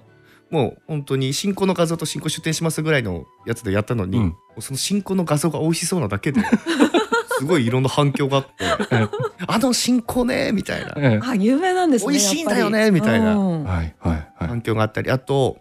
Speaker 3: もう本当に新婚の画像と新婚出店しますぐらいのやつでやったのに、
Speaker 2: うん
Speaker 3: もうその新婚の画像が美味しそうな
Speaker 2: (laughs)
Speaker 3: だけですごいいろんな反響があって「あの新婚ね」みたいな
Speaker 2: ええ
Speaker 1: あ有名なんですね
Speaker 3: 美味しいんだよね
Speaker 1: やっぱり
Speaker 3: みたいな
Speaker 1: うん
Speaker 2: はいはいはい
Speaker 3: 反響があったりあと、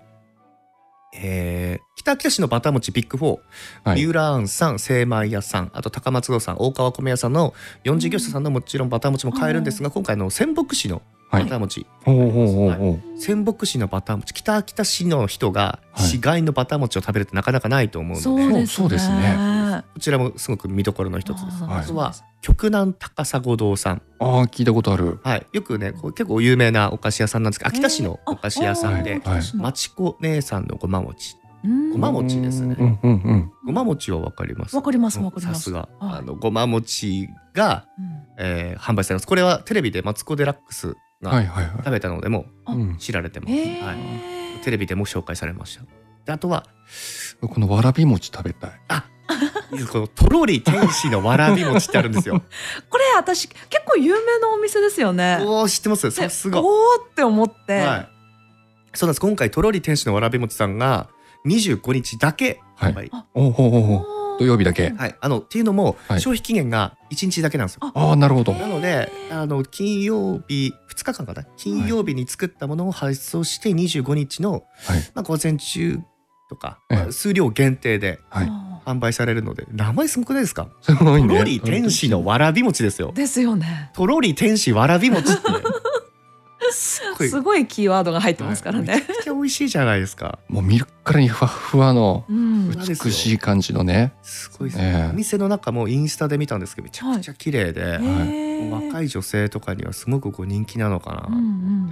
Speaker 3: えー北秋田市のバター餅ビッグ4
Speaker 2: はい
Speaker 3: 三浦庵さん精米屋さんあと高松堂さん大川米屋さんの4事業者さんのもちろんバター餅も買えるんですが、今回あの仙北市の
Speaker 2: は
Speaker 3: バ
Speaker 2: い
Speaker 3: ター餅、
Speaker 2: ほうほうほうほう
Speaker 3: 仙北市のバター餅北秋田市の人が
Speaker 2: はい
Speaker 3: 市街のバター餅を食べるってなかなかないと思うので、
Speaker 1: そうですね
Speaker 2: そうですね
Speaker 3: こちらもすごく見どころの一つです。
Speaker 1: あー
Speaker 2: はい
Speaker 3: あとは極南高砂堂さん、
Speaker 2: ああ聞いたことある。
Speaker 3: はい、よくねこう結構有名なお菓子屋さんなんですけど秋田市のお菓子屋さん
Speaker 1: えー
Speaker 3: で
Speaker 1: ああー秋田市の
Speaker 3: 町子姉さんのごま餅
Speaker 1: うん
Speaker 3: ごま餅ですね
Speaker 2: うんうんうん。
Speaker 3: ごま餅はわかります
Speaker 1: わかりますわかります
Speaker 3: さすが、
Speaker 1: はい
Speaker 3: あのごま餅が、
Speaker 1: うん
Speaker 3: えー販売されますこれはテレビでマツコ・デラックス
Speaker 2: は
Speaker 3: が
Speaker 2: いはいは
Speaker 3: 食べたのでも
Speaker 2: い。うん、
Speaker 3: 知られてます、
Speaker 1: えー
Speaker 3: はい、テレビでも紹介されましたであとは
Speaker 2: このわらび餅食べたい。
Speaker 3: このとろり天使のわらび餅ってあるんで
Speaker 2: (laughs)
Speaker 3: すよ。
Speaker 1: これ私結構有名なお店ですよね
Speaker 3: おお知ってますさすが。
Speaker 1: お
Speaker 3: は
Speaker 1: ーって思って、
Speaker 3: い。そうなんです今回とろり天使のわらび餅さんが25日だけ
Speaker 2: はい
Speaker 3: 販売
Speaker 1: あ
Speaker 2: おうほうほうほう。土曜日だけ
Speaker 3: はい、あのっていうのも、
Speaker 2: はい
Speaker 3: 消費期限が1日だけなんですよ。
Speaker 2: ああなるほど
Speaker 1: え
Speaker 3: なのであの金曜日2日間かな金曜日に作ったものを配送して25日の、
Speaker 2: はい
Speaker 3: まあ、午前中とか、
Speaker 2: ええ
Speaker 3: まあ数量限定で
Speaker 2: はい
Speaker 1: あ
Speaker 3: 販売されるので名前すごくないですか
Speaker 2: すごい
Speaker 3: と
Speaker 2: ね
Speaker 3: ろり天使のわらび餅です
Speaker 1: ー。
Speaker 3: よ
Speaker 1: ですよね。
Speaker 3: とろり天使わらび餅ってねすっご
Speaker 1: (laughs)
Speaker 3: い
Speaker 1: すごいキーワードが入ってますから
Speaker 3: はい
Speaker 1: ね。
Speaker 3: めちゃくちゃ美味しいじゃないですか。
Speaker 2: もう見るからにふわっふわの
Speaker 1: うん
Speaker 3: そうです
Speaker 2: 美
Speaker 3: よ
Speaker 2: しい感じのね
Speaker 3: すごいです
Speaker 2: え
Speaker 3: ね
Speaker 2: え。
Speaker 3: お店の中もインスタで見たんですけどめちゃくちゃ綺麗で、
Speaker 1: へー
Speaker 3: 若い女性とかにはすごくこう人気なのかな。
Speaker 1: うんうんう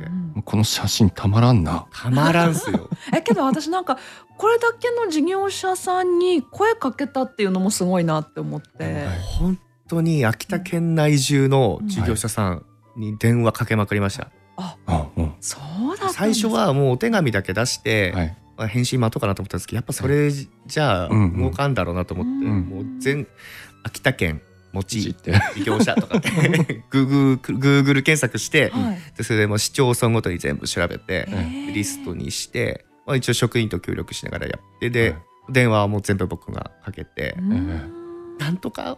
Speaker 1: ん
Speaker 2: もうこの写真たまらんな
Speaker 3: たまらんす
Speaker 1: (laughs)
Speaker 3: よ。
Speaker 1: えけど私なんかこれだけの事業者さんに声かけたっていうのもすごいなって思って、
Speaker 2: はい
Speaker 3: 本当に秋田県内中の事業者さんに電話かけまくりました。
Speaker 2: あうん
Speaker 1: そうだったんです
Speaker 3: 最初はもうお手紙だけ出して、
Speaker 2: はい
Speaker 3: まあ返信待とうかなと思ったんですけどやっぱそれじゃあ
Speaker 2: うんうん
Speaker 3: 動かんだろうなと思って、
Speaker 1: うん
Speaker 3: もう全秋田県持
Speaker 2: 知っ
Speaker 3: ち
Speaker 2: て
Speaker 3: 事業者
Speaker 1: (laughs)
Speaker 3: とかって Google, Google 検索して、
Speaker 1: はい
Speaker 3: でそれでもう市町村ごとに全部調べて、
Speaker 1: へー
Speaker 3: リストにして、まあ、一応職員と協力しながらやってで、
Speaker 2: はい
Speaker 3: 電話はもう全部僕がかけて、
Speaker 1: うん
Speaker 3: なんとか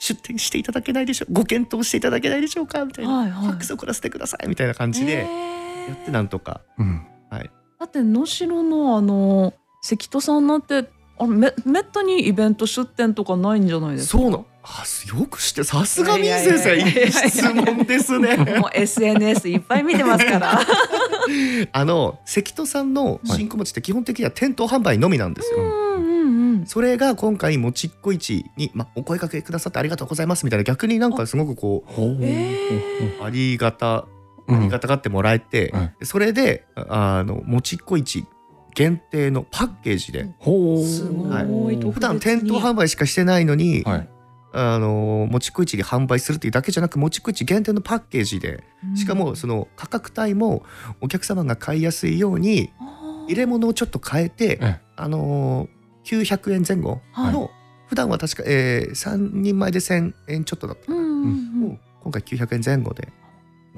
Speaker 3: 出店していただけないでしょご検討していただけないでしょうかみたいな、
Speaker 1: はいはい
Speaker 3: ファックス送らせてくださいみたいな感じで
Speaker 1: へー
Speaker 3: やってなんとか、
Speaker 2: (laughs) うん
Speaker 1: だって能代のあの関戸さんなんてあめめったにイベント出店とかないんじゃないですか
Speaker 3: そうなのあよくしてさすが
Speaker 1: い
Speaker 3: み
Speaker 1: やい
Speaker 3: 先
Speaker 1: やいやいや
Speaker 3: 生質問ですね
Speaker 1: もう SNS いっぱい見てますから
Speaker 3: あの関戸さんの新小餅って基本的には店頭販売のみなんですよ、
Speaker 1: うんうんうん
Speaker 3: それが今回もちっこ市に、ま、お声掛けくださってありがとうございますみたいな逆になんかすごくこう
Speaker 2: ほう
Speaker 1: え
Speaker 3: ありがた
Speaker 2: う
Speaker 3: あり
Speaker 2: ん
Speaker 3: がたがってもらえて、
Speaker 2: うん
Speaker 3: それでああのもちっこ市限定のパッケージで、
Speaker 2: ほう
Speaker 1: すごい
Speaker 2: はい
Speaker 1: と
Speaker 3: 普段店頭販売しかしてないのに、
Speaker 2: はい
Speaker 3: あのもちっこ市で販売するっていうだけじゃなくもちっこ市限定のパッケージでしかもその価格帯もお客様が買いやすいように入れ物をちょっと変えて、
Speaker 2: ええ
Speaker 3: あの900円前後の、普段は確か、えー、3人前で1000円ちょっとだったか
Speaker 1: うん
Speaker 3: な、
Speaker 1: うんう
Speaker 3: も
Speaker 1: ん
Speaker 3: う今回900円前後で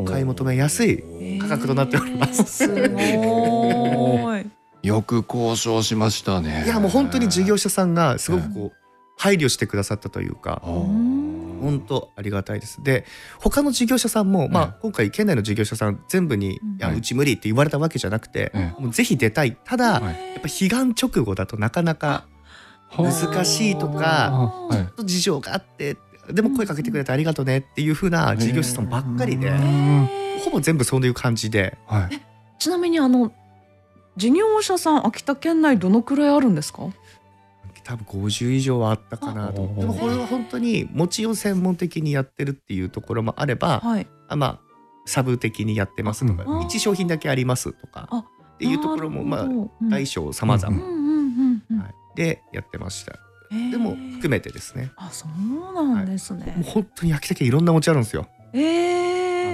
Speaker 3: 買い求めやすい価格となっております
Speaker 1: えーすごーい
Speaker 2: よく交渉しましたね
Speaker 3: いやもう本当に事業
Speaker 2: 者
Speaker 3: 者さんがすごくこう配慮してくださったというか本当ありがたいですで他の事業者さんも、ま
Speaker 2: うん
Speaker 3: あ、今回県内の事業者さん全部に
Speaker 1: うん
Speaker 3: 「いや
Speaker 2: はいう
Speaker 3: ち無理」って言われたわけじゃなくて
Speaker 2: え
Speaker 3: もうぜひ出たいただやっ
Speaker 2: はい
Speaker 3: ぱ彼岸直後だとなかなか難しいとか
Speaker 2: あーはい
Speaker 3: ちょっと事情があってでも声かけてくれてありがとねっていう風な事業者さんばっかりで
Speaker 2: う
Speaker 1: え
Speaker 2: ん
Speaker 1: ー
Speaker 3: ほぼ全部そういう感じで
Speaker 2: はい
Speaker 1: ちなみにあの事業者さん秋田県内どのくらいあるんですか
Speaker 3: 多分50以上はあったかなと
Speaker 2: あ
Speaker 3: でもこれは本当に餅を専門的にやってるっていうところもあれば、
Speaker 1: はい
Speaker 3: あまあサブ的にやってますとか、
Speaker 1: うん
Speaker 3: 一商品だけありますとか
Speaker 1: あ
Speaker 3: っていうところもまあ
Speaker 1: あ
Speaker 3: 大小様々、
Speaker 2: うん
Speaker 1: うんうんうんうん
Speaker 3: はい、でやってましたで
Speaker 1: で
Speaker 3: も含めてですね
Speaker 1: あそうなんですね、
Speaker 3: もう本当に焼き鮭いろんな餅あるんですよ、
Speaker 1: え
Speaker 3: あの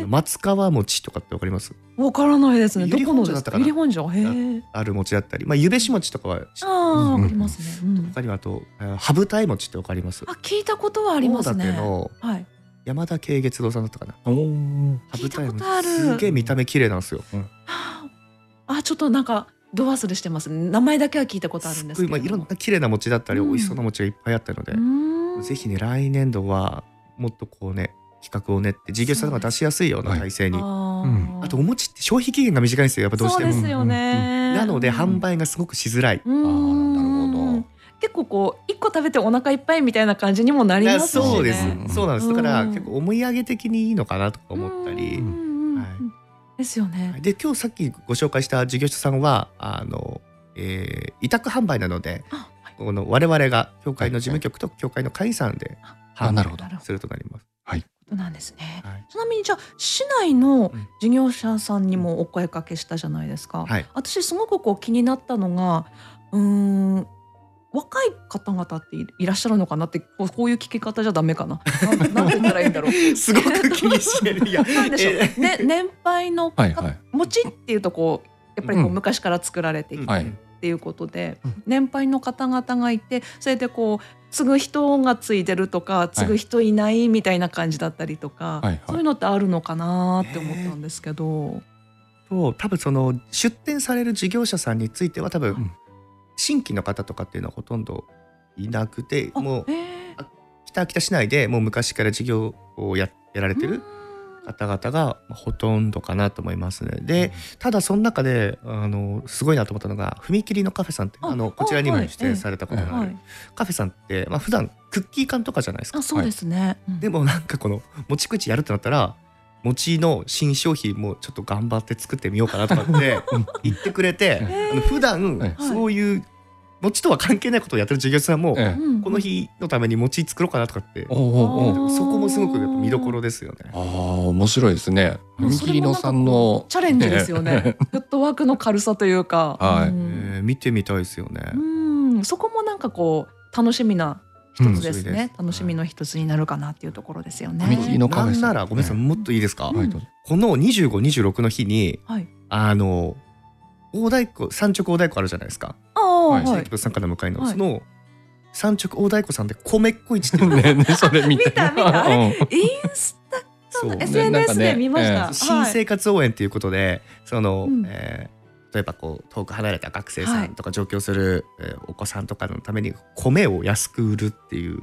Speaker 1: え
Speaker 3: 松川餅とかってわかります
Speaker 1: わからないですね
Speaker 3: ゆ
Speaker 1: ど
Speaker 3: り
Speaker 1: こ
Speaker 3: 本
Speaker 1: の
Speaker 3: 荘
Speaker 1: で
Speaker 3: だ
Speaker 1: す
Speaker 3: った
Speaker 1: か
Speaker 3: か
Speaker 1: ゆ
Speaker 3: な
Speaker 1: り本庄へえ
Speaker 3: ある餅だったりまあゆべし餅とかは
Speaker 1: ああ
Speaker 2: うん
Speaker 1: わかりますね、うん
Speaker 3: 他にはあとえー羽二重餅ってわかります
Speaker 1: あ聞いたことはあります
Speaker 3: 大
Speaker 1: ね
Speaker 3: 館の
Speaker 1: はい
Speaker 3: 山田慶月堂さんだったかな
Speaker 2: おー
Speaker 1: 聞いたこと
Speaker 3: 羽
Speaker 1: あ
Speaker 3: 二
Speaker 1: る
Speaker 3: 重餅すげえ見た目綺麗なんですよ
Speaker 1: はああちょっとなんかど忘れしてます名前だけは聞いたことあるんです
Speaker 3: ご
Speaker 1: けど
Speaker 3: いまあ、いろんな綺麗な餅だったり、
Speaker 1: うん
Speaker 3: 美味しそうな餅がいっぱいあったので、
Speaker 1: な
Speaker 3: ぜひね来年度はもっとこうね企画を練って事業者さんが出しやすいような
Speaker 2: はい
Speaker 3: 体制に、
Speaker 1: あ,、
Speaker 2: うん
Speaker 3: あとお餅って消費期限が短いんですよやっぱどうし
Speaker 1: そう
Speaker 3: て
Speaker 1: で
Speaker 3: も
Speaker 1: すよね、
Speaker 3: なので販売がすごくしづらい、
Speaker 1: うん
Speaker 2: あーなるほど
Speaker 1: 結構こう一個食べてお腹いっぱいみたいな感じにもなり
Speaker 3: いや
Speaker 1: ますしね
Speaker 3: そうです、
Speaker 2: うん
Speaker 3: そうなんですだから
Speaker 1: うん
Speaker 3: 結構思い上げ的にいいのかなとか思ったり、
Speaker 1: うんうんうん
Speaker 3: はい
Speaker 1: ですよね、
Speaker 3: で今日さっきご紹介した事業者さんはあの、えー委託販売なので
Speaker 1: あはい
Speaker 3: この我々が協会の事務局と協会の会員さんで
Speaker 2: あなるほど
Speaker 1: なるほど
Speaker 3: するとなります。
Speaker 1: ことなんですね。
Speaker 3: はい
Speaker 1: ちなみにじゃあ市内の
Speaker 3: うん
Speaker 1: 事業者さんにもお声かけしたじゃないですか。 (laughs)
Speaker 3: はい
Speaker 1: 私すごくこう気になったのがうーん若い方々っていいらっしゃるのかなってこうこういう聞き方じゃダメかな。な
Speaker 3: (laughs)
Speaker 1: んなんて言ったらいいんだろう。
Speaker 3: すごく気にしてる。いや、
Speaker 1: なんでしょう。
Speaker 3: え
Speaker 1: ね年配のか
Speaker 2: はいはい
Speaker 1: 餅っていうとこうやっぱりこう
Speaker 2: うん
Speaker 1: 昔から作られていて
Speaker 2: は
Speaker 1: っ
Speaker 2: い
Speaker 1: ていうことで、
Speaker 2: うん
Speaker 1: 年配の方々がいてそれでこう継ぐ人がついてるとか継ぐ人いないみたいな感じだったりとか、
Speaker 2: はいはい
Speaker 1: そういうのってあるのかなって思ったんですけど、
Speaker 3: と多分その出店される事業者さんについては多分、
Speaker 2: うん
Speaker 3: 新規の方とかっていうのはほとんどいなくて
Speaker 1: あ
Speaker 3: もう
Speaker 1: えー
Speaker 3: 北秋田市内でもう昔から事業をややられてる方々がまあほとんどかなと思いますね。でただその中であのすごいなと思ったのが踏切のカフェさんって
Speaker 1: あ
Speaker 3: あの
Speaker 1: あ
Speaker 3: こちらにも
Speaker 1: はい
Speaker 3: 出演されたことがあ
Speaker 1: は
Speaker 3: る
Speaker 1: い。
Speaker 3: カフェさんって、まあ普段クッキー缶とかじゃないですか
Speaker 1: あ、。そうですね。うん
Speaker 3: でもなんかこの餅口やるってなったら餅の新商品もちょっと頑張って作ってみようかなとかって
Speaker 2: うん
Speaker 3: 言ってくれて
Speaker 1: へー
Speaker 3: あの普段
Speaker 2: え
Speaker 1: え
Speaker 3: そういう餅とは関係ないことをやってる授業者さんも
Speaker 2: ええ
Speaker 1: うん
Speaker 3: この日のために餅作ろうかなとかって
Speaker 2: おうおうおう
Speaker 1: ー
Speaker 3: そこもすごくやっぱ見どころですよね
Speaker 2: あ。あ面白いですね。
Speaker 1: うん
Speaker 2: 踏切のさんの
Speaker 1: それもなんかこうチャレンジですよね。フットワークの軽さというか。
Speaker 2: はい
Speaker 1: うん
Speaker 3: えー見てみたいですよね。
Speaker 1: うん、そこもなんかこう楽しみな
Speaker 2: う
Speaker 1: 一
Speaker 2: ん
Speaker 1: つです
Speaker 3: うんそうで
Speaker 1: ね
Speaker 3: す。
Speaker 1: 楽しみの一つになるかなっていうところですよね。
Speaker 2: 踏切のカ
Speaker 3: な
Speaker 2: フェ
Speaker 3: ん
Speaker 2: さ
Speaker 3: ならごめんなさいもっといいですか、
Speaker 1: うん
Speaker 2: はいどうぞ
Speaker 3: この2526の日に
Speaker 1: はい。
Speaker 3: あの大太鼓三直大太鼓あるじゃないですか
Speaker 1: ああ、は。
Speaker 2: はいい
Speaker 3: 地域物産館の向かいの、
Speaker 1: はい
Speaker 3: その三直大太鼓さんで米っこ市ってい
Speaker 1: (laughs)
Speaker 3: うのが
Speaker 2: ねねそれ見て
Speaker 1: 見た見たあれ
Speaker 2: うん
Speaker 1: インス
Speaker 3: そ
Speaker 1: タ、
Speaker 2: ねな
Speaker 3: う
Speaker 2: んか
Speaker 1: SNS
Speaker 2: ね
Speaker 1: で見ました。
Speaker 2: え
Speaker 1: はい
Speaker 3: 新生活応援ということでその、
Speaker 1: うん
Speaker 3: えー例えばこう遠く離れた学生さんとか上京する、えーお子さんとかのために米を安く売るっていう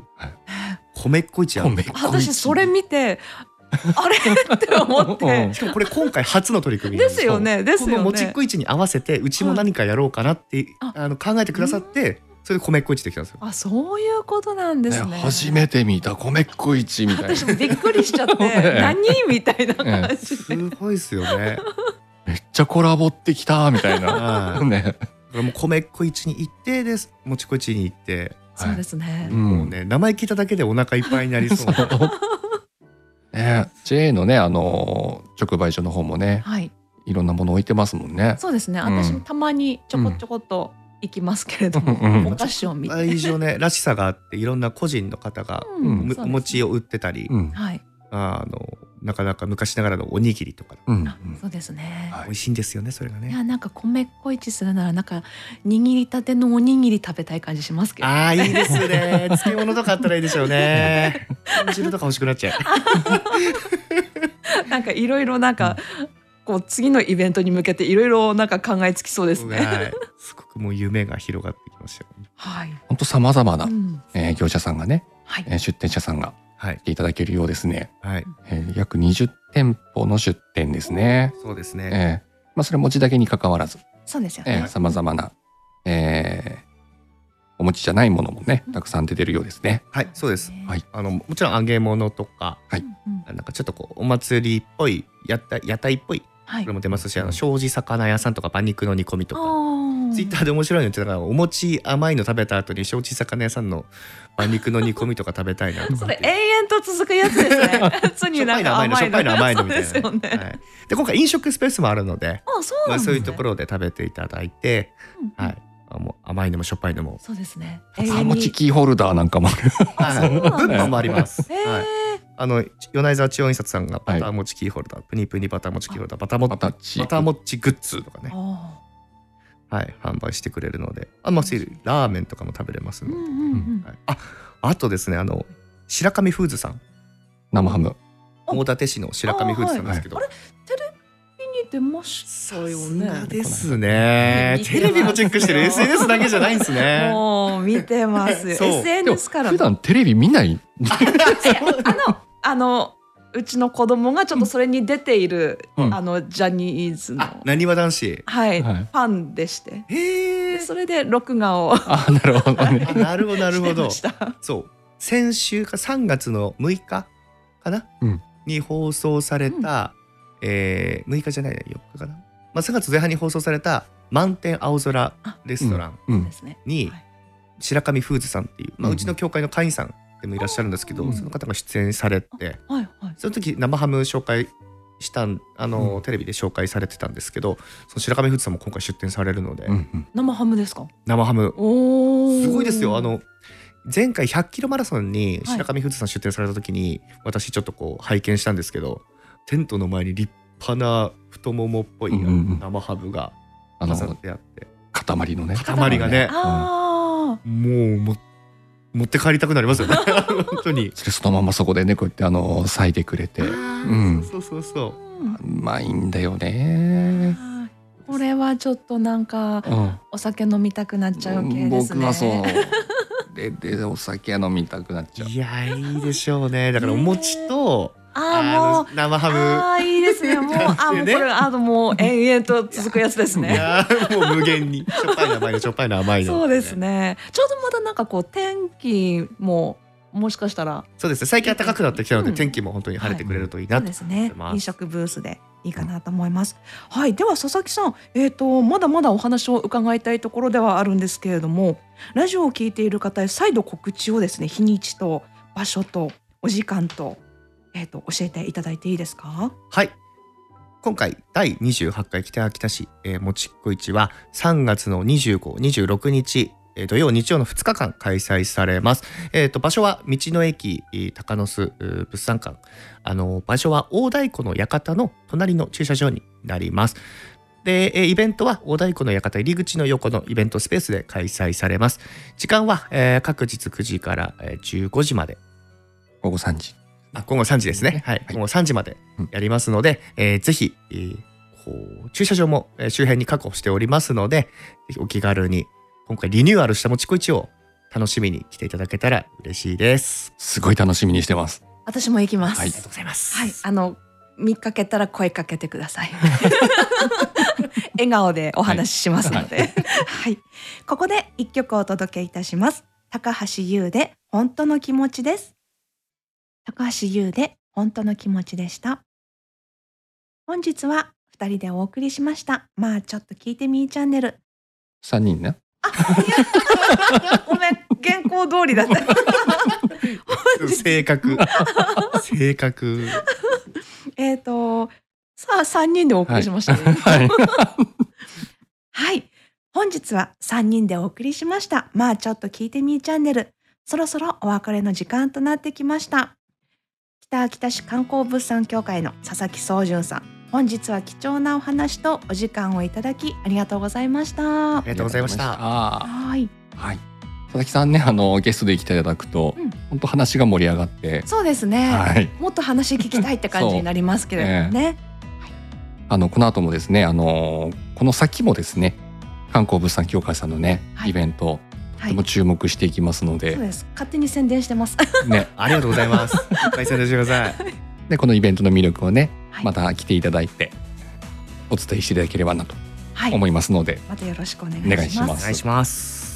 Speaker 3: 米っこ市やる
Speaker 2: 米っこ市
Speaker 1: 私それ見て、あれ (laughs) って思っ
Speaker 2: うん
Speaker 1: て。
Speaker 3: しかもこれ今回初の取り組みなん
Speaker 1: ですよね。です
Speaker 3: この
Speaker 1: よ
Speaker 3: もちっ
Speaker 1: ね。
Speaker 3: こ市に合わせてうちも何かやろうかなって、
Speaker 1: あ
Speaker 3: あの考えてくださってそれで米っこ市できたんですよ。
Speaker 1: あ、そういうことなんですね。
Speaker 2: ね初めて見た米っこ市みたいな
Speaker 1: 私もびっくりしちゃ
Speaker 2: (laughs)
Speaker 1: って、何みたいな感じ
Speaker 3: す
Speaker 1: で。
Speaker 3: ごいですよ
Speaker 1: (laughs)
Speaker 3: ね。
Speaker 2: めっちゃコラボってきたみたいな
Speaker 3: はい
Speaker 2: (laughs) ね
Speaker 3: だからもう米っこ市に行ってですもちこ市に行って、
Speaker 1: そうですね
Speaker 2: う。
Speaker 3: もうんね名前聞いただけでお腹いっぱいにな
Speaker 1: (laughs)
Speaker 3: りそうな
Speaker 2: (laughs) ね JA のねあのー直売所の方もね
Speaker 1: はい。
Speaker 2: いろんなもの置いてますもんね
Speaker 1: そうですね。
Speaker 2: うん
Speaker 1: 私もたまにちょこちょこっと行きますけれど
Speaker 2: うんうん
Speaker 1: も、お菓子を見て。
Speaker 3: 愛情ねらしさがあっていろんな個人の方が
Speaker 1: うんん
Speaker 3: む
Speaker 1: そうです
Speaker 3: お餅を売ってたり、
Speaker 2: うん
Speaker 1: はい。
Speaker 3: あのなかなか昔ながらのおにぎりとか
Speaker 2: うんう
Speaker 1: あ
Speaker 2: ん
Speaker 1: そうですね。
Speaker 2: はい
Speaker 3: 美味しいんですよねそれが
Speaker 1: い
Speaker 3: ね。
Speaker 1: やなんか米小市するならなんか握りたてのおにぎり食べたい感じしますけど。
Speaker 3: ああーいいですね漬物とかあったらいいでしょうね。
Speaker 1: (laughs)
Speaker 3: 汁とか欲しくなっちゃう。
Speaker 1: (laughs) なんかいろいろなんか、こう次のイベントに向けていろいろなんか考えつきそうですね。
Speaker 3: はいすごくもう夢が広がってきましたよ。
Speaker 1: はい。
Speaker 2: 本当さまざまな
Speaker 1: う、ん。
Speaker 2: えー業者さんがね、
Speaker 1: はい。
Speaker 2: えー出店者さんが
Speaker 3: はい
Speaker 2: 来ていただけるようですね、
Speaker 3: はい
Speaker 2: えー約20店舗の出店ですね、
Speaker 3: そうです
Speaker 2: えー
Speaker 3: ね。
Speaker 2: まあ、それは餅だけに関わらず
Speaker 1: そうですよ
Speaker 2: え
Speaker 1: ね。
Speaker 2: さまざまな、えーお餅じゃないものもねたくさん出てるようですね。
Speaker 3: はいそうです。
Speaker 1: ね
Speaker 2: はい。
Speaker 3: あのもちろん揚げ物とか
Speaker 2: はい
Speaker 1: うん
Speaker 3: なんかちょっとこうお祭りっぽい屋台屋台っぽい
Speaker 1: は
Speaker 3: こ
Speaker 1: い
Speaker 3: れ。も出ますし、あ
Speaker 2: う
Speaker 3: の
Speaker 2: ん
Speaker 3: 障子魚屋さんとか馬肉の煮込みとか。
Speaker 1: ああ。
Speaker 3: ツイッターで面白いの言ってたからお餅甘いの食べた後に障子魚屋さんの馬肉の煮込みとか食べたいなとか
Speaker 1: (laughs) それ延々と続くやつですね。
Speaker 3: (laughs)
Speaker 1: 普通
Speaker 3: しょ
Speaker 1: に
Speaker 3: っ
Speaker 1: な
Speaker 3: ぱ
Speaker 1: ん
Speaker 3: いの
Speaker 1: か甘
Speaker 3: 甘いのしょ
Speaker 1: い
Speaker 3: っぱいの甘いの
Speaker 1: そう
Speaker 3: みた
Speaker 1: で
Speaker 3: いな
Speaker 1: すよね。
Speaker 3: はい、で今回飲食スペースもあるの
Speaker 1: あ、
Speaker 3: で、
Speaker 1: そう
Speaker 3: ま
Speaker 1: なん
Speaker 3: あ、
Speaker 1: ですね。
Speaker 3: そういうところで食べていただいて、
Speaker 1: うん。
Speaker 3: はい、あもう甘いのもしょっぱいのも
Speaker 1: そうですね。
Speaker 2: あ餅
Speaker 1: に。
Speaker 2: キーホルダーなんかもある。
Speaker 3: はい
Speaker 1: そうなんだ
Speaker 3: 物販もあります、
Speaker 1: えー
Speaker 3: はい、あの米沢千代印刷さんがバター餅キーホルダー、プニプニバター餅キーホルダーバターも
Speaker 2: またち
Speaker 3: バター餅グッズとかね、
Speaker 1: あ
Speaker 3: はい、販売してくれるのであ、まあ、そういうラーメンとかも食べれます
Speaker 1: ー
Speaker 3: の
Speaker 1: う
Speaker 3: で
Speaker 1: んうんうん。
Speaker 3: はい、ああとですねあの白神フーズさん
Speaker 2: 生ハム。
Speaker 1: あ
Speaker 3: 大館市の白神フーズさんですけど、
Speaker 1: あはいテレビに出ましたよ
Speaker 3: さすが
Speaker 1: ね。
Speaker 3: ですね
Speaker 1: 見てます
Speaker 3: テ
Speaker 1: よ
Speaker 3: レビもチェッ
Speaker 1: (laughs)
Speaker 3: クしてる SNS だけじゃないんですね
Speaker 1: もう見てます。
Speaker 3: そう
Speaker 1: SNS から
Speaker 2: 普段テレビ見ない。
Speaker 1: あのあのうちの子供がちょっとそれに出ている、
Speaker 2: うん
Speaker 1: あのジャニーズの
Speaker 3: (laughs) あなにわ男子
Speaker 1: はい、
Speaker 2: はい
Speaker 1: ファンでして、
Speaker 3: へえ
Speaker 1: それで録画を
Speaker 2: あ、なるほどね。
Speaker 3: (laughs) あなるほどなる
Speaker 1: し
Speaker 3: ほ
Speaker 1: て
Speaker 3: ど
Speaker 1: ました。
Speaker 3: そう先週か3月の6日かな、
Speaker 2: うん
Speaker 3: に放送された、えー6日じゃないね4日かな、まあ、3月前半に放送された「満天青空レストラン
Speaker 2: う
Speaker 1: そうんで。すね。」
Speaker 3: に
Speaker 1: はい
Speaker 3: 白神フーズさんっていう、まあ、
Speaker 2: うん
Speaker 3: うちの教会の会員さんでもいらっしゃるんですけど、
Speaker 2: うん
Speaker 3: その方が出演されて
Speaker 1: はいはい。
Speaker 3: その時生ハム紹介したんあの、
Speaker 2: うん
Speaker 3: テレビで紹介されてたんですけどその白神フーズさんも今回出展されるので、
Speaker 2: うんうん
Speaker 1: 生ハムですか。
Speaker 3: 生ハム
Speaker 1: おお。
Speaker 3: すごいですよあ。の前回100キロマラソンに
Speaker 1: はい
Speaker 3: 白神フーズさん出展された時に、私ちょっとこう拝見したんですけどテントの前に立派な太ももっぽい
Speaker 2: うんうんうん
Speaker 3: 生ハムが
Speaker 2: あ
Speaker 3: 飾っ
Speaker 2: の
Speaker 3: てあって、
Speaker 2: 塊のね。
Speaker 3: 塊がね
Speaker 1: ああ。
Speaker 3: もうも持って帰りたくなります
Speaker 2: (laughs)
Speaker 3: よね本当に。
Speaker 2: それそのままそこでね、こうやってあの裂いてくれて。うん
Speaker 3: うん、そうそうそう
Speaker 1: うん
Speaker 2: うまいんだよね。
Speaker 1: あーこれはちょっとなんか
Speaker 2: うん。
Speaker 1: お酒飲みたくなっちゃう系ですね。
Speaker 2: 僕はそう。れでお酒飲みたくなっちゃう
Speaker 3: いやいいでしょうねだからお餅と、
Speaker 1: あ
Speaker 3: あ
Speaker 1: あも
Speaker 3: の生
Speaker 1: う
Speaker 3: ハ
Speaker 1: ああいいです
Speaker 3: (laughs)
Speaker 1: ねもうああもうこれあのもう延々と続くやつです
Speaker 3: ム、い
Speaker 1: ね
Speaker 3: やーもう無限にしょっぱいの甘いのしょっぱいの甘いの
Speaker 1: そうですねちょうどまだなんかこう天気ももしかしたら
Speaker 3: そうですね最近暖かくなってきたので、
Speaker 1: うん
Speaker 3: 天気も本当に晴れてくれるといい
Speaker 1: そ
Speaker 3: な
Speaker 1: う
Speaker 3: と、
Speaker 1: ですね
Speaker 3: 思います
Speaker 1: 飲食ブースでいいかなと思います、はいでは佐々木さんえっ、とまだまだお話を伺いたいところではあるんですけれどもラジオを聞いている方へ再度告知をですね日にちと場所とお時間とえっ、と教えていただいていいですか
Speaker 3: はい今回第28回北秋田市、えー、もちっこ市は3月の2526日えー土曜日曜の2日間開催されます、えー、と場所は道の駅えー鷹の巣えー物産館あの場所は大太鼓の館の隣の駐車場になりますでえーイベントは大太鼓の館入り口の横のイベントスペースで開催されます時間は、えー各日9時からえー15時まで
Speaker 2: 午後3時
Speaker 3: あ午後3時ですね、はい、午後3時までやりますので、えーぜひ、えーこう駐車場もえー周辺に確保しておりますので、ぜひお気軽に、今回リニューアルしたもちこいちを楽しみに来ていただけたら嬉しいです。
Speaker 2: すごい楽しみにしてます
Speaker 1: 私も行きます
Speaker 2: は
Speaker 1: はいい
Speaker 3: ありがとうございます。
Speaker 1: あの見かけたら声かけてください笑顔でお話ししますのではい、ここで一曲お届けいたします高橋優で本当の気持ちです高橋優で本当の気持ちでした本日は二人でお送りしましたまあちょっと聞いてみーチャンネル
Speaker 2: 3人ね
Speaker 1: あいやごめん原稿通りだ (laughs) った
Speaker 3: (laughs)
Speaker 2: (laughs)
Speaker 3: 性格。性格。
Speaker 1: えっ、と、さあ、三人でお送りしましたね、
Speaker 2: (laughs) はい
Speaker 1: はい。本日は3人でお送りしました。まあちょっと聞いてみーチャンネル。そろそろお別れの時間となってきました。北秋田市観光物産協会の佐々木宗純さん。本日は貴重なお話とお時間をいただきありがとうございました
Speaker 3: あり。がとうございまし。
Speaker 2: ありがとうございましたた
Speaker 1: はい。
Speaker 2: はい。佐々木さんね、あのゲストで来ていただくと、
Speaker 1: うん
Speaker 2: 本当話が盛り上がって、
Speaker 1: そうですね。
Speaker 2: はい。
Speaker 1: もっと話聞きたいって感じになりますけれどもね。
Speaker 2: あのこの後もですね、あのこの先もですね、観光物産協会さんのね、
Speaker 1: はい
Speaker 2: イベント、
Speaker 1: は
Speaker 2: とて
Speaker 1: い
Speaker 2: も。注目していきますので
Speaker 1: そう、です。勝手に宣伝してます。
Speaker 2: ね。
Speaker 3: ありがとうござい
Speaker 2: (laughs)
Speaker 3: ます。解散してください。
Speaker 2: で、このイベントの魅力をね、
Speaker 1: (laughs) はい
Speaker 2: また来ていただいて、お伝えしていただければなと
Speaker 1: はい。
Speaker 2: 思いますので、
Speaker 1: またよろしくお願
Speaker 2: お願
Speaker 1: い
Speaker 2: い
Speaker 1: し
Speaker 2: し
Speaker 1: ます。
Speaker 2: ます。
Speaker 3: ます。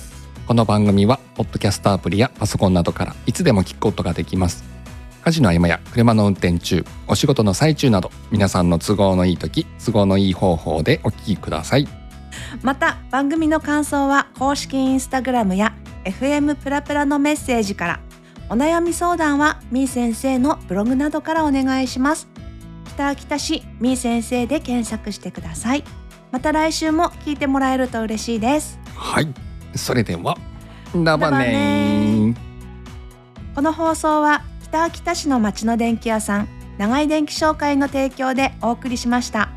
Speaker 2: この番組はポッドキャストアプリやパソコンなどからいつでも聞くことができます家事の合間や車の運転中お仕事の最中など皆さんの都合のいい時都合のいい方法でお聞きください
Speaker 1: また番組の感想は公式インスタグラムや FM プラプラのメッセージからお悩み相談はみー先生のブログなどからお願いします北秋田市みー先生で検索してくださいまた来週も聞いてもらえると嬉しいです
Speaker 2: はいそれではラバネーン
Speaker 1: この放送は北秋田市の町の電気屋さん長井電気商会の提供でお送りしました